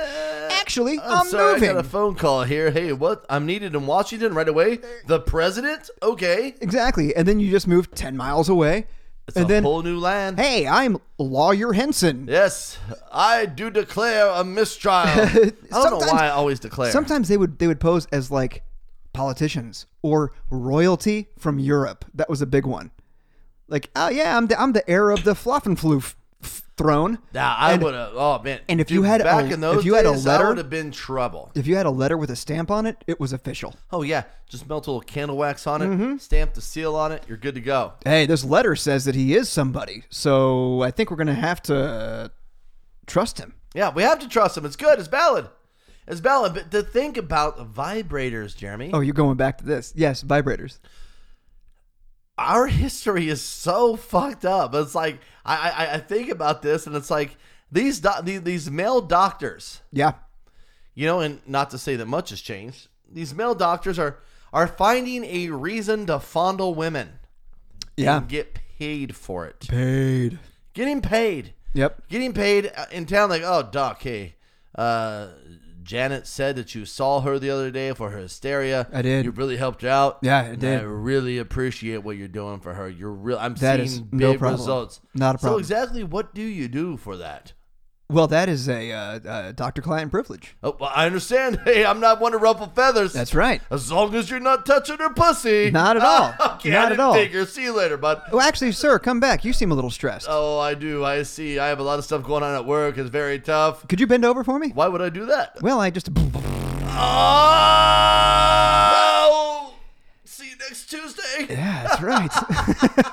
Speaker 1: Actually,
Speaker 2: Uh, I'm,
Speaker 1: I'm,
Speaker 2: sorry,
Speaker 1: moving.
Speaker 2: I got a phone call here. Hey, what? I'm needed in Washington right away. The president? Okay.
Speaker 1: exactly. And then you just move 10 miles away.
Speaker 2: It's
Speaker 1: and
Speaker 2: a
Speaker 1: then,
Speaker 2: whole new land.
Speaker 1: Hey, I'm Lawyer Henson.
Speaker 2: Yes, I do declare a mistrial. I don't know
Speaker 1: Sometimes-
Speaker 2: why I always declare.
Speaker 1: Sometimes they would they would pose as like politicians or royalty from Europe. That was a big one. Like, oh yeah, I'm the I'm the heir of the Floffenfloof f- throne.
Speaker 2: Nah, I
Speaker 1: And
Speaker 2: would have. Oh man.
Speaker 1: and if you
Speaker 2: Dude,
Speaker 1: had a-
Speaker 2: back in those
Speaker 1: if you had a
Speaker 2: days,
Speaker 1: letter-
Speaker 2: I would have been trouble.
Speaker 1: If you had a letter with a stamp on it, it was official.
Speaker 2: Oh yeah, just melt a little candle wax on it,
Speaker 1: Mm-hmm.
Speaker 2: stamp the seal on it. You're good to go.
Speaker 1: Hey, this letter says that he is somebody, so I think we're gonna have to trust him.
Speaker 2: Yeah, we have to trust him. It's good. It's valid. It's valid. But to think about vibrators, Jeremy.
Speaker 1: Oh, you're going back to this? Yes, vibrators.
Speaker 2: our history is so fucked up. It's like I I, I think about this, and it's like these do- these, these male doctors,
Speaker 1: Yeah.
Speaker 2: you know, and not to say that much has changed. These male doctors are are finding a reason to fondle women
Speaker 1: Yeah.
Speaker 2: and get paid for it.
Speaker 1: Paid.
Speaker 2: Getting paid,
Speaker 1: Yep.
Speaker 2: getting paid uh, in town. Like, oh, doc, hey, uh, Janet said that you saw her the other day for her hysteria.
Speaker 1: I did.
Speaker 2: You really helped her out.
Speaker 1: Yeah, I
Speaker 2: and
Speaker 1: did.
Speaker 2: I really appreciate what you're doing for her. You're real. I'm
Speaker 1: That is
Speaker 2: seeing big
Speaker 1: no problem.
Speaker 2: results.
Speaker 1: Not a
Speaker 2: So
Speaker 1: problem.
Speaker 2: exactly, what do you do for that?
Speaker 1: Well, that is a uh, uh, doctor client privilege.
Speaker 2: Oh, well, I understand. Hey, I'm not one to ruffle feathers.
Speaker 1: That's right.
Speaker 2: As long as you're not touching her pussy.
Speaker 1: Not at all.
Speaker 2: okay,
Speaker 1: Not
Speaker 2: I
Speaker 1: at
Speaker 2: didn't
Speaker 1: all.
Speaker 2: figure. See you later, bud.
Speaker 1: Oh, actually, sir, come back. You seem a little stressed.
Speaker 2: Oh, I do. I see. I have a lot of stuff going on at work. It's very tough.
Speaker 1: Could you bend over for me?
Speaker 2: Why would I do that?
Speaker 1: Well, I just.
Speaker 2: Oh! See you next Tuesday.
Speaker 1: Yeah, that's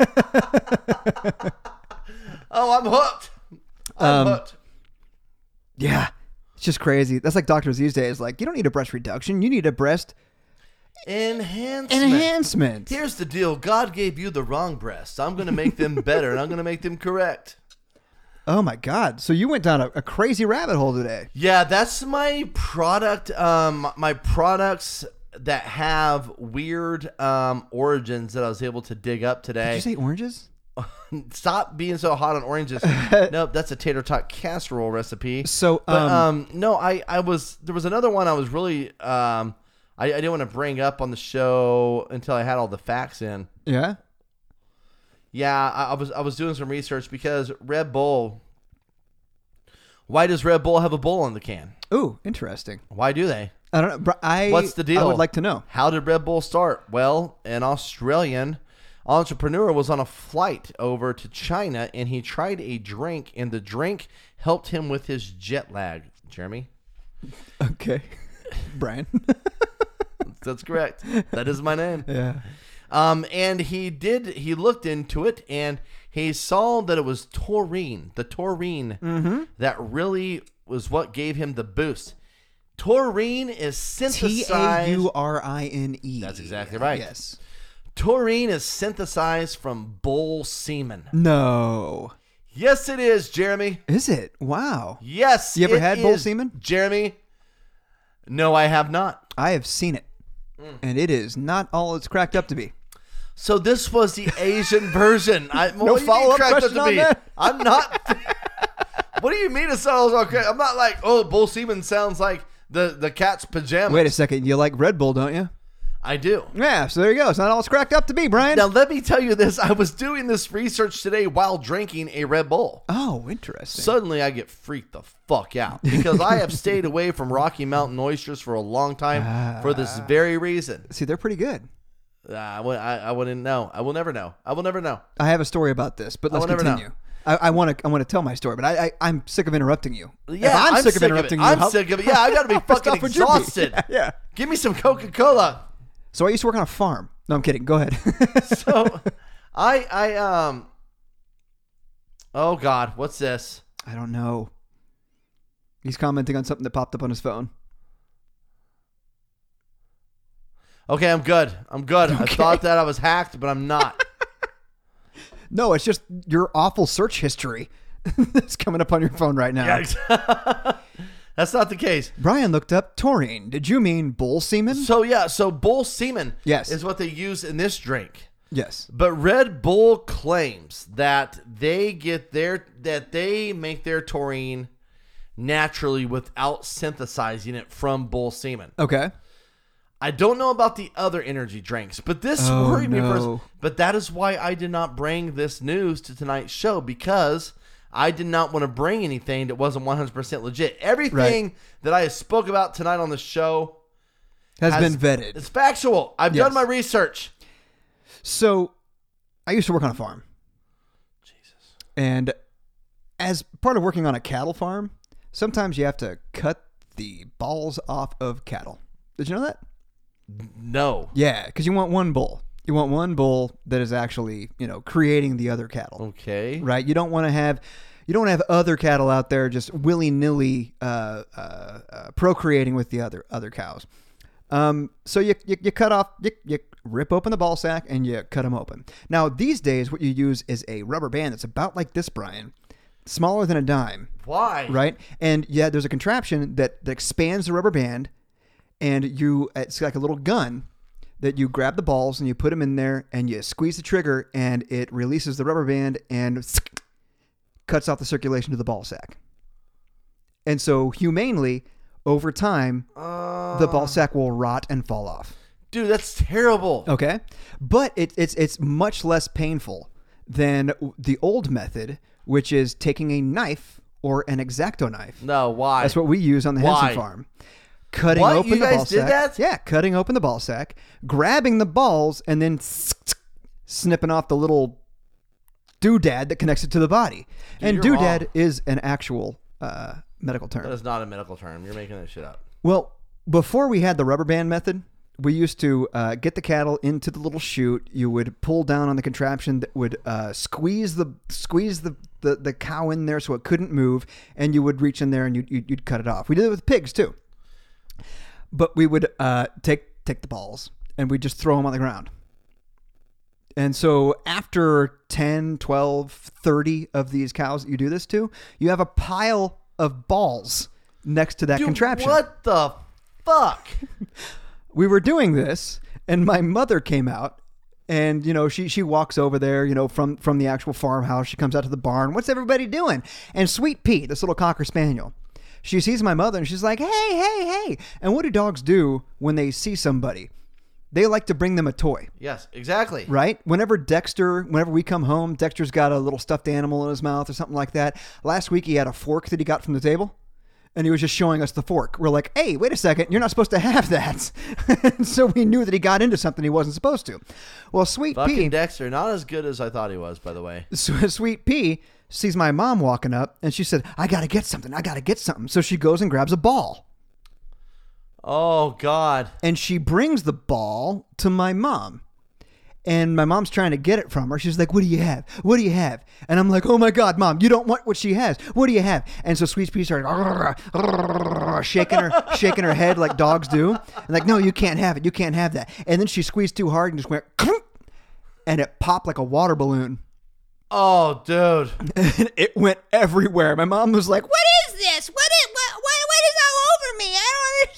Speaker 1: right.
Speaker 2: Oh, I'm hooked.
Speaker 1: Um,
Speaker 2: I'm hooked.
Speaker 1: yeah. It's just crazy. That's like doctors these days. Like, you don't need a breast reduction. You need a breast
Speaker 2: Enhancement.
Speaker 1: enhancement.
Speaker 2: Here's the deal. God gave you the wrong breast. I'm going to make them better and I'm going to make them correct.
Speaker 1: Oh, my God. So you went down a, a crazy rabbit hole today.
Speaker 2: Yeah, that's my product. Um, my products that have weird um, origins that I was able to dig up today.
Speaker 1: Did you say oranges?
Speaker 2: Stop being so hot on oranges. nope, that's a tater tot casserole recipe.
Speaker 1: So,
Speaker 2: but,
Speaker 1: um,
Speaker 2: um, no, I, I was there was another one I was really um, I, I didn't want to bring up on the show until I had all the facts in.
Speaker 1: Yeah.
Speaker 2: Yeah, I, I was I was doing some research because Red Bull. Why does Red Bull have a bull on the can?
Speaker 1: Ooh, interesting.
Speaker 2: Why do they?
Speaker 1: I don't know. Br- I,
Speaker 2: What's the deal?
Speaker 1: Eh, I would like to know.
Speaker 2: How did Red Bull start? Well, an Australian entrepreneur was on a flight over to China and he tried a drink, and the drink helped him with his jet lag. Jeremy?
Speaker 1: Okay. Brian.
Speaker 2: That's correct. that is my name.
Speaker 1: yeah.
Speaker 2: Um, and he did. He looked into it, and he saw that it was taurine, the taurine
Speaker 1: Mm-hmm.
Speaker 2: that really was what gave him the boost. Taurine is
Speaker 1: T
Speaker 2: synthesized.
Speaker 1: A U R I N E.
Speaker 2: That's exactly right.
Speaker 1: Yes.
Speaker 2: taurine is synthesized from bull semen.
Speaker 1: No.
Speaker 2: Yes, it is, Jeremy.
Speaker 1: Is it? Wow.
Speaker 2: Yes.
Speaker 1: You ever
Speaker 2: it
Speaker 1: had bull
Speaker 2: is,
Speaker 1: semen?
Speaker 2: Jeremy? No, I have not.
Speaker 1: I have seen it, and it is not all it's cracked up to be.
Speaker 2: So this was the Asian version. I, what do you mean
Speaker 1: follow-up
Speaker 2: cracked up
Speaker 1: question
Speaker 2: to
Speaker 1: on
Speaker 2: me?
Speaker 1: that?
Speaker 2: I'm not. what do you mean it sounds okay? I'm not like oh, bull semen sounds like the the cat's pajamas.
Speaker 1: Wait a second. You like Red Bull, don't you?
Speaker 2: I do.
Speaker 1: Yeah. So there you go. It's not all it's cracked up to be, Brian.
Speaker 2: Now let me tell you this. I was doing this research today while drinking a Red Bull.
Speaker 1: Oh, interesting.
Speaker 2: Suddenly, I get freaked the fuck out because I have stayed away from Rocky Mountain oysters for a long time for this
Speaker 1: Ah.
Speaker 2: very reason.
Speaker 1: See, they're pretty good.
Speaker 2: Uh, I, wou- I, I wouldn't know. I will never know. I will never know.
Speaker 1: I have a story about this, but
Speaker 2: I
Speaker 1: let's
Speaker 2: will never know.
Speaker 1: continue. I want to. I want to tell my story, but I, I I'm sick of interrupting you. If
Speaker 2: Yeah,
Speaker 1: I'm, sick of interrupting
Speaker 2: it.
Speaker 1: you.
Speaker 2: I'm
Speaker 1: how-
Speaker 2: sick of it. Yeah, I gotta be
Speaker 1: how pissed
Speaker 2: fucking
Speaker 1: off would you be?
Speaker 2: exhausted.
Speaker 1: Yeah, yeah.
Speaker 2: Give me some Coca Cola.
Speaker 1: So I used to work on a farm. No, I'm kidding. Go ahead.
Speaker 2: So, I, I, um, oh God, what's this?
Speaker 1: I don't know. He's commenting on something that popped up on his phone.
Speaker 2: Okay, I'm good. I'm good. I thought that I was hacked, but I'm not.
Speaker 1: No, it's just your awful search history that's coming up on your phone right now.
Speaker 2: That's not the case.
Speaker 1: Brian looked up taurine. Did you mean bull semen?
Speaker 2: So yeah, so bull semen
Speaker 1: Yes.
Speaker 2: is what they use in this drink.
Speaker 1: yes.
Speaker 2: But Red Bull claims that they get their that they make their taurine naturally without synthesizing it from bull semen.
Speaker 1: Okay.
Speaker 2: I don't know about the other energy drinks, but this
Speaker 1: Oh,
Speaker 2: worried me
Speaker 1: no.
Speaker 2: first. But that is why I did not bring this news to tonight's show because I did not want to bring anything that wasn't 100% legit. Everything that I spoke about tonight on the show
Speaker 1: Has,
Speaker 2: has-
Speaker 1: been vetted.
Speaker 2: It's factual. I've
Speaker 1: Yes.
Speaker 2: done my research.
Speaker 1: So, I used to work on a farm. Jesus. And as part of working on a cattle farm, sometimes you have to cut the balls off of cattle. Did you know that?
Speaker 2: No.
Speaker 1: Yeah, because you want one bull. You want one bull that is actually, you know, creating the other cattle.
Speaker 2: Okay.
Speaker 1: right? You don't want to have you don't have other cattle out there just willy nilly uh, uh, uh, procreating with the other other cows. Um, so you, you you cut off you, you rip open the ball sack and you cut them open. Now, these days, what you use is a rubber band that's about like this, Brian, smaller than a dime,
Speaker 2: Why?
Speaker 1: right? And yeah, there's a contraption that, that expands the rubber band, and you it's like a little gun that you grab the balls and you put them in there and you squeeze the trigger and it releases the rubber band and cuts off the circulation to the ball sack. And so, humanely, over time, the ball sack will rot and fall off.
Speaker 2: Dude, that's terrible.
Speaker 1: Okay, but it, it's it's much less painful than the old method, which is taking a knife or an exacto knife.
Speaker 2: No, why?
Speaker 1: That's what we use on the
Speaker 2: Why?
Speaker 1: Henson farm. Cutting
Speaker 2: What?
Speaker 1: open
Speaker 2: You
Speaker 1: the
Speaker 2: guys
Speaker 1: ball
Speaker 2: did
Speaker 1: sack.
Speaker 2: that?
Speaker 1: Yeah, cutting open the ball sack, grabbing the balls, and then snipping off the little doodad that connects it to the body. and
Speaker 2: you're
Speaker 1: doodad
Speaker 2: wrong.
Speaker 1: is an actual uh, medical term.
Speaker 2: That is not a medical term. You're making that shit up.
Speaker 1: Well, before we had the rubber band method, we used to uh, get the cattle into the little chute. You would pull down on the contraption that would uh, squeeze the squeeze the, the, the cow in there so it couldn't move, and you would reach in there and you'd, you'd, you'd cut it off. We did it with pigs too, but we would uh, take take the balls and we'd just throw them on the ground. And so after 10, 12, 30 of these cows that you do this to, you have a pile of balls next to that
Speaker 2: Dude,
Speaker 1: contraption
Speaker 2: What the fuck?
Speaker 1: we were doing this and my mother came out and you know she she walks over there you know from from the actual farmhouse she comes out to the barn what's everybody doing and sweet pea this little cocker spaniel she sees my mother and she's like hey hey hey and what do dogs do when they see somebody they like to bring them a toy
Speaker 2: yes, exactly.
Speaker 1: right? Whenever Dexter, whenever we come home, Dexter's got a little stuffed animal in his mouth or something like that. Last week he had a fork that he got from the table. And he was just showing us the fork. We're like, hey, wait a second, you're not supposed to have that. so we knew that he got into something he wasn't supposed to. Well, Sweet
Speaker 2: Fucking
Speaker 1: Pea,
Speaker 2: Dexter, not as good as I thought he was, by the way.
Speaker 1: so Sweet Pea sees my mom walking up and she said, I gotta get something, I gotta get something. So she goes and grabs a ball.
Speaker 2: Oh God.
Speaker 1: and she brings the ball to my mom. And my mom's trying to get it from her. She's like, "What do you have? What do you have?" And I'm like, "Oh my God, mom, you don't want what she has. What do you have?" And so Sweet Pea started shaking her, shaking her head like dogs do, and like, "No, you can't have it. You can't have that." And then she squeezed too hard and just went, "Clunk," and it popped like a water balloon.
Speaker 2: Oh, dude.
Speaker 1: And it went everywhere. My mom was like, "What is?"
Speaker 5: What is this? What is, what, what, what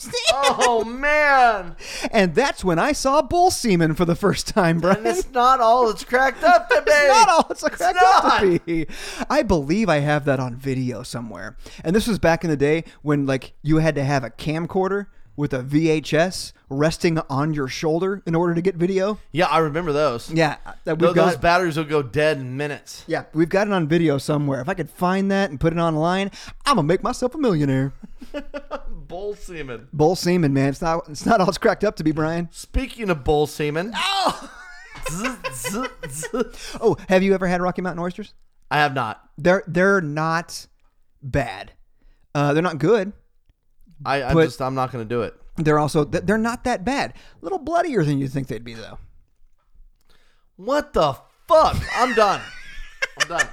Speaker 5: is all
Speaker 2: Oh
Speaker 5: over me? I don't understand.
Speaker 2: man.
Speaker 1: And that's when I saw bull semen for the first time, Brian.
Speaker 2: And it's not all it's cracked up to be.
Speaker 1: It's not all it's cracked up
Speaker 2: not.
Speaker 1: to be. I believe I have that on video somewhere. And this was back in the day when like you had to have a camcorder with a VHS resting on your shoulder in order to get video.
Speaker 2: Yeah, I remember those.
Speaker 1: Yeah, that
Speaker 2: Tho-
Speaker 1: we've
Speaker 2: those,
Speaker 1: got.
Speaker 2: batteries will go dead in minutes.
Speaker 1: yeah, we've got it on video somewhere. If I could find that and put it online, I'm gonna make myself a millionaire.
Speaker 2: Bull semen.
Speaker 1: Bull semen, man. It's not. It's not all it's cracked up to be, Brian.
Speaker 2: Speaking of bull semen,
Speaker 1: Oh, have you ever had Rocky Mountain oysters?
Speaker 2: I have not.
Speaker 1: They're they're not bad. Uh, they're not good.
Speaker 2: I, I
Speaker 1: But-
Speaker 2: just I'm not gonna do it.
Speaker 1: They're also th- they're not that bad. A little bloodier than you think they'd be though.
Speaker 2: What the fuck? I'm done. I'm done.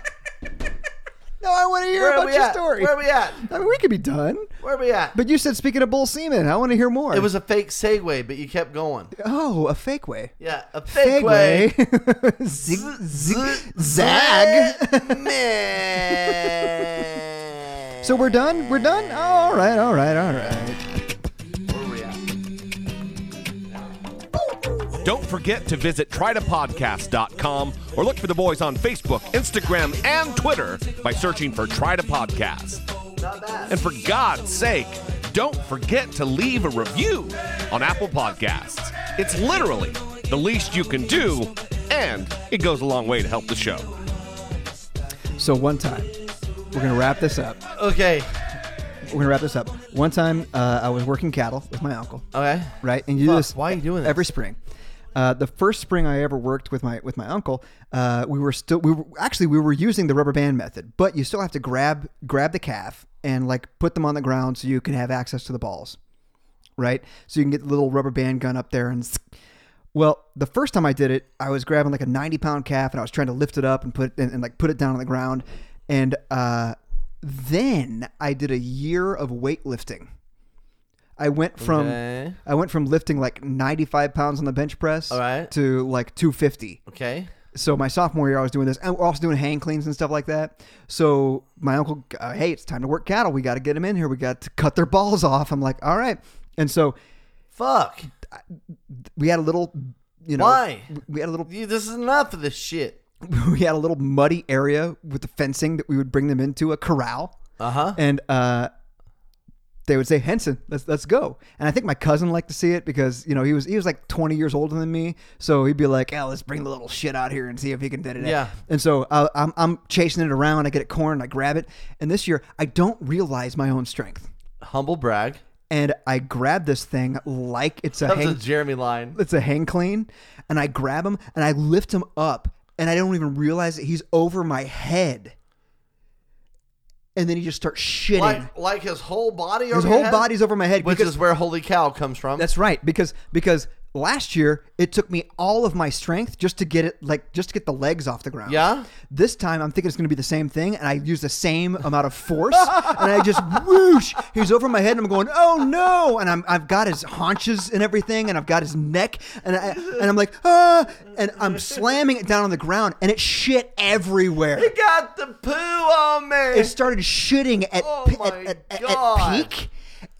Speaker 1: No, I want to hear
Speaker 2: Where are
Speaker 1: about
Speaker 2: we
Speaker 1: your
Speaker 2: at?
Speaker 1: story.
Speaker 2: Where are we at?
Speaker 1: I mean, we could be done.
Speaker 2: Where are we at?
Speaker 1: But you said speaking of bull semen, I want to hear more.
Speaker 2: It was a fake segue, but you kept going.
Speaker 1: oh a fake way.
Speaker 2: Yeah, a fake way.
Speaker 1: Zig, zig, zag.
Speaker 2: Man.
Speaker 1: So we're done. We're done. All right. All right. All right.
Speaker 2: Where we at?
Speaker 4: Don't forget to visit trytopodcast.com or look for the boys on Facebook, Instagram, and Twitter by searching for Try to Podcast. And for God's sake, don't forget to leave a review on Apple Podcasts. It's literally the least you can do, and it goes a long way to help the show.
Speaker 1: So one time, we're gonna wrap this up.
Speaker 2: Okay.
Speaker 1: We're gonna wrap this up. One time, uh, I was working cattle with my uncle.
Speaker 2: Okay.
Speaker 1: right? And you do
Speaker 2: Fuck,
Speaker 1: this.
Speaker 2: why are you doing this?
Speaker 1: every spring? Uh, the first spring I ever worked with my with my uncle, uh, we were still we were actually we were using the rubber band method, but you still have to grab grab the calf and like put them on the ground so you can have access to the balls, right? So you can get the little rubber band gun up there and. Well, the first time I did it, I was grabbing like a 90 pound calf and I was trying to lift it up and put and, and like put it down on the ground, and uh, then I did a year of weightlifting. I went from
Speaker 2: Okay.
Speaker 1: I went from lifting like 95 pounds on the bench press
Speaker 2: All right.
Speaker 1: to like 250.
Speaker 2: Okay.
Speaker 1: So my sophomore year, I was doing this, and we're also doing hand cleans and stuff like that. So my uncle, uh, hey, it's time to work cattle. We got to get them in here. We got to cut their balls off. I'm like, all right. And so
Speaker 2: Fuck.
Speaker 1: we had a little, you know,
Speaker 2: Why?
Speaker 1: we had a little,
Speaker 2: You- This is enough of this shit.
Speaker 1: we had a little muddy area with the fencing that we would bring them into a corral,
Speaker 2: Uh huh.
Speaker 1: and uh, they would say, Henson, let's let's go. And I think my cousin liked to see it because you know he was he was like 20 years older than me, so he'd be like, yeah, let's bring the little shit out here and see if he can. da-da-da."
Speaker 2: Yeah.
Speaker 1: And so I, I'm I'm chasing it around. I get a corn, I grab it, and this year I don't realize my own strength,
Speaker 2: Humble brag.
Speaker 1: and I grab this thing like it's a
Speaker 2: That's
Speaker 1: hang-
Speaker 2: a Jeremy line.
Speaker 1: it's a hang clean and I grab him and I lift him up and I don't even realize that he's over my head. And then he just starts shitting.
Speaker 2: Like, like his whole body.
Speaker 1: His
Speaker 2: over
Speaker 1: whole
Speaker 2: your head?
Speaker 1: body's over my head
Speaker 2: Which
Speaker 1: because
Speaker 2: is where holy cow comes from.
Speaker 1: that's right because because last year it took me all of my strength just to get it like just to get the legs off the ground.
Speaker 2: Yeah?
Speaker 1: This time I'm thinking it's going to be the same thing and I use the same amount of force and I just whoosh he's over my head and I'm going oh no and I'm I've got his haunches and everything and I've got his neck and I and I'm like ah and I'm slamming it down on the ground and it shit everywhere.
Speaker 2: You got the poo on me.
Speaker 1: It started shitting at,
Speaker 2: Oh
Speaker 1: pe-
Speaker 2: my
Speaker 1: at, at, at- at
Speaker 2: God.
Speaker 1: peak.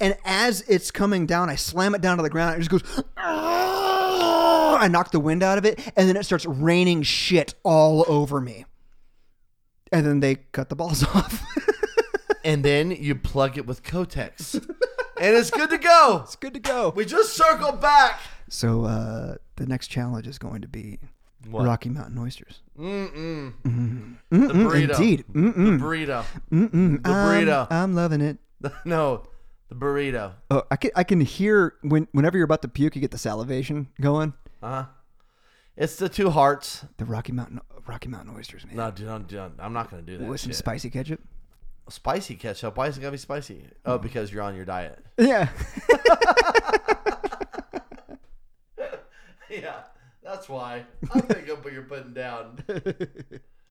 Speaker 1: And as it's coming down, I slam it down to the ground. It just goes. "Ah!" I knock the wind out of it, and then it starts raining shit all over me. And then they cut the balls off.
Speaker 2: and then you plug it with Kotex, and it's good to go.
Speaker 1: it's good to go.
Speaker 2: We just circle back.
Speaker 1: So uh, the next challenge is going to be Rocky Mountain oysters.
Speaker 2: The burrito.
Speaker 1: Indeed.
Speaker 2: The
Speaker 1: Mm-mm.
Speaker 2: burrito.
Speaker 1: Mm-mm.
Speaker 2: The burrito.
Speaker 1: I'm, I'm loving it.
Speaker 2: no, the burrito.
Speaker 1: Oh, I can I can hear when whenever you're about to puke, you get the salivation going.
Speaker 2: It's the two hearts.
Speaker 1: The Rocky Mountain Rocky Mountain oysters, man.
Speaker 2: No, dude, don't, don't, I'm not gonna do that.
Speaker 1: with some
Speaker 2: shit.
Speaker 1: spicy ketchup.
Speaker 2: spicy ketchup. Why is it gotta be spicy? Oh, because you're on your diet.
Speaker 1: Yeah.
Speaker 2: yeah, that's why. I think up what you're putting down.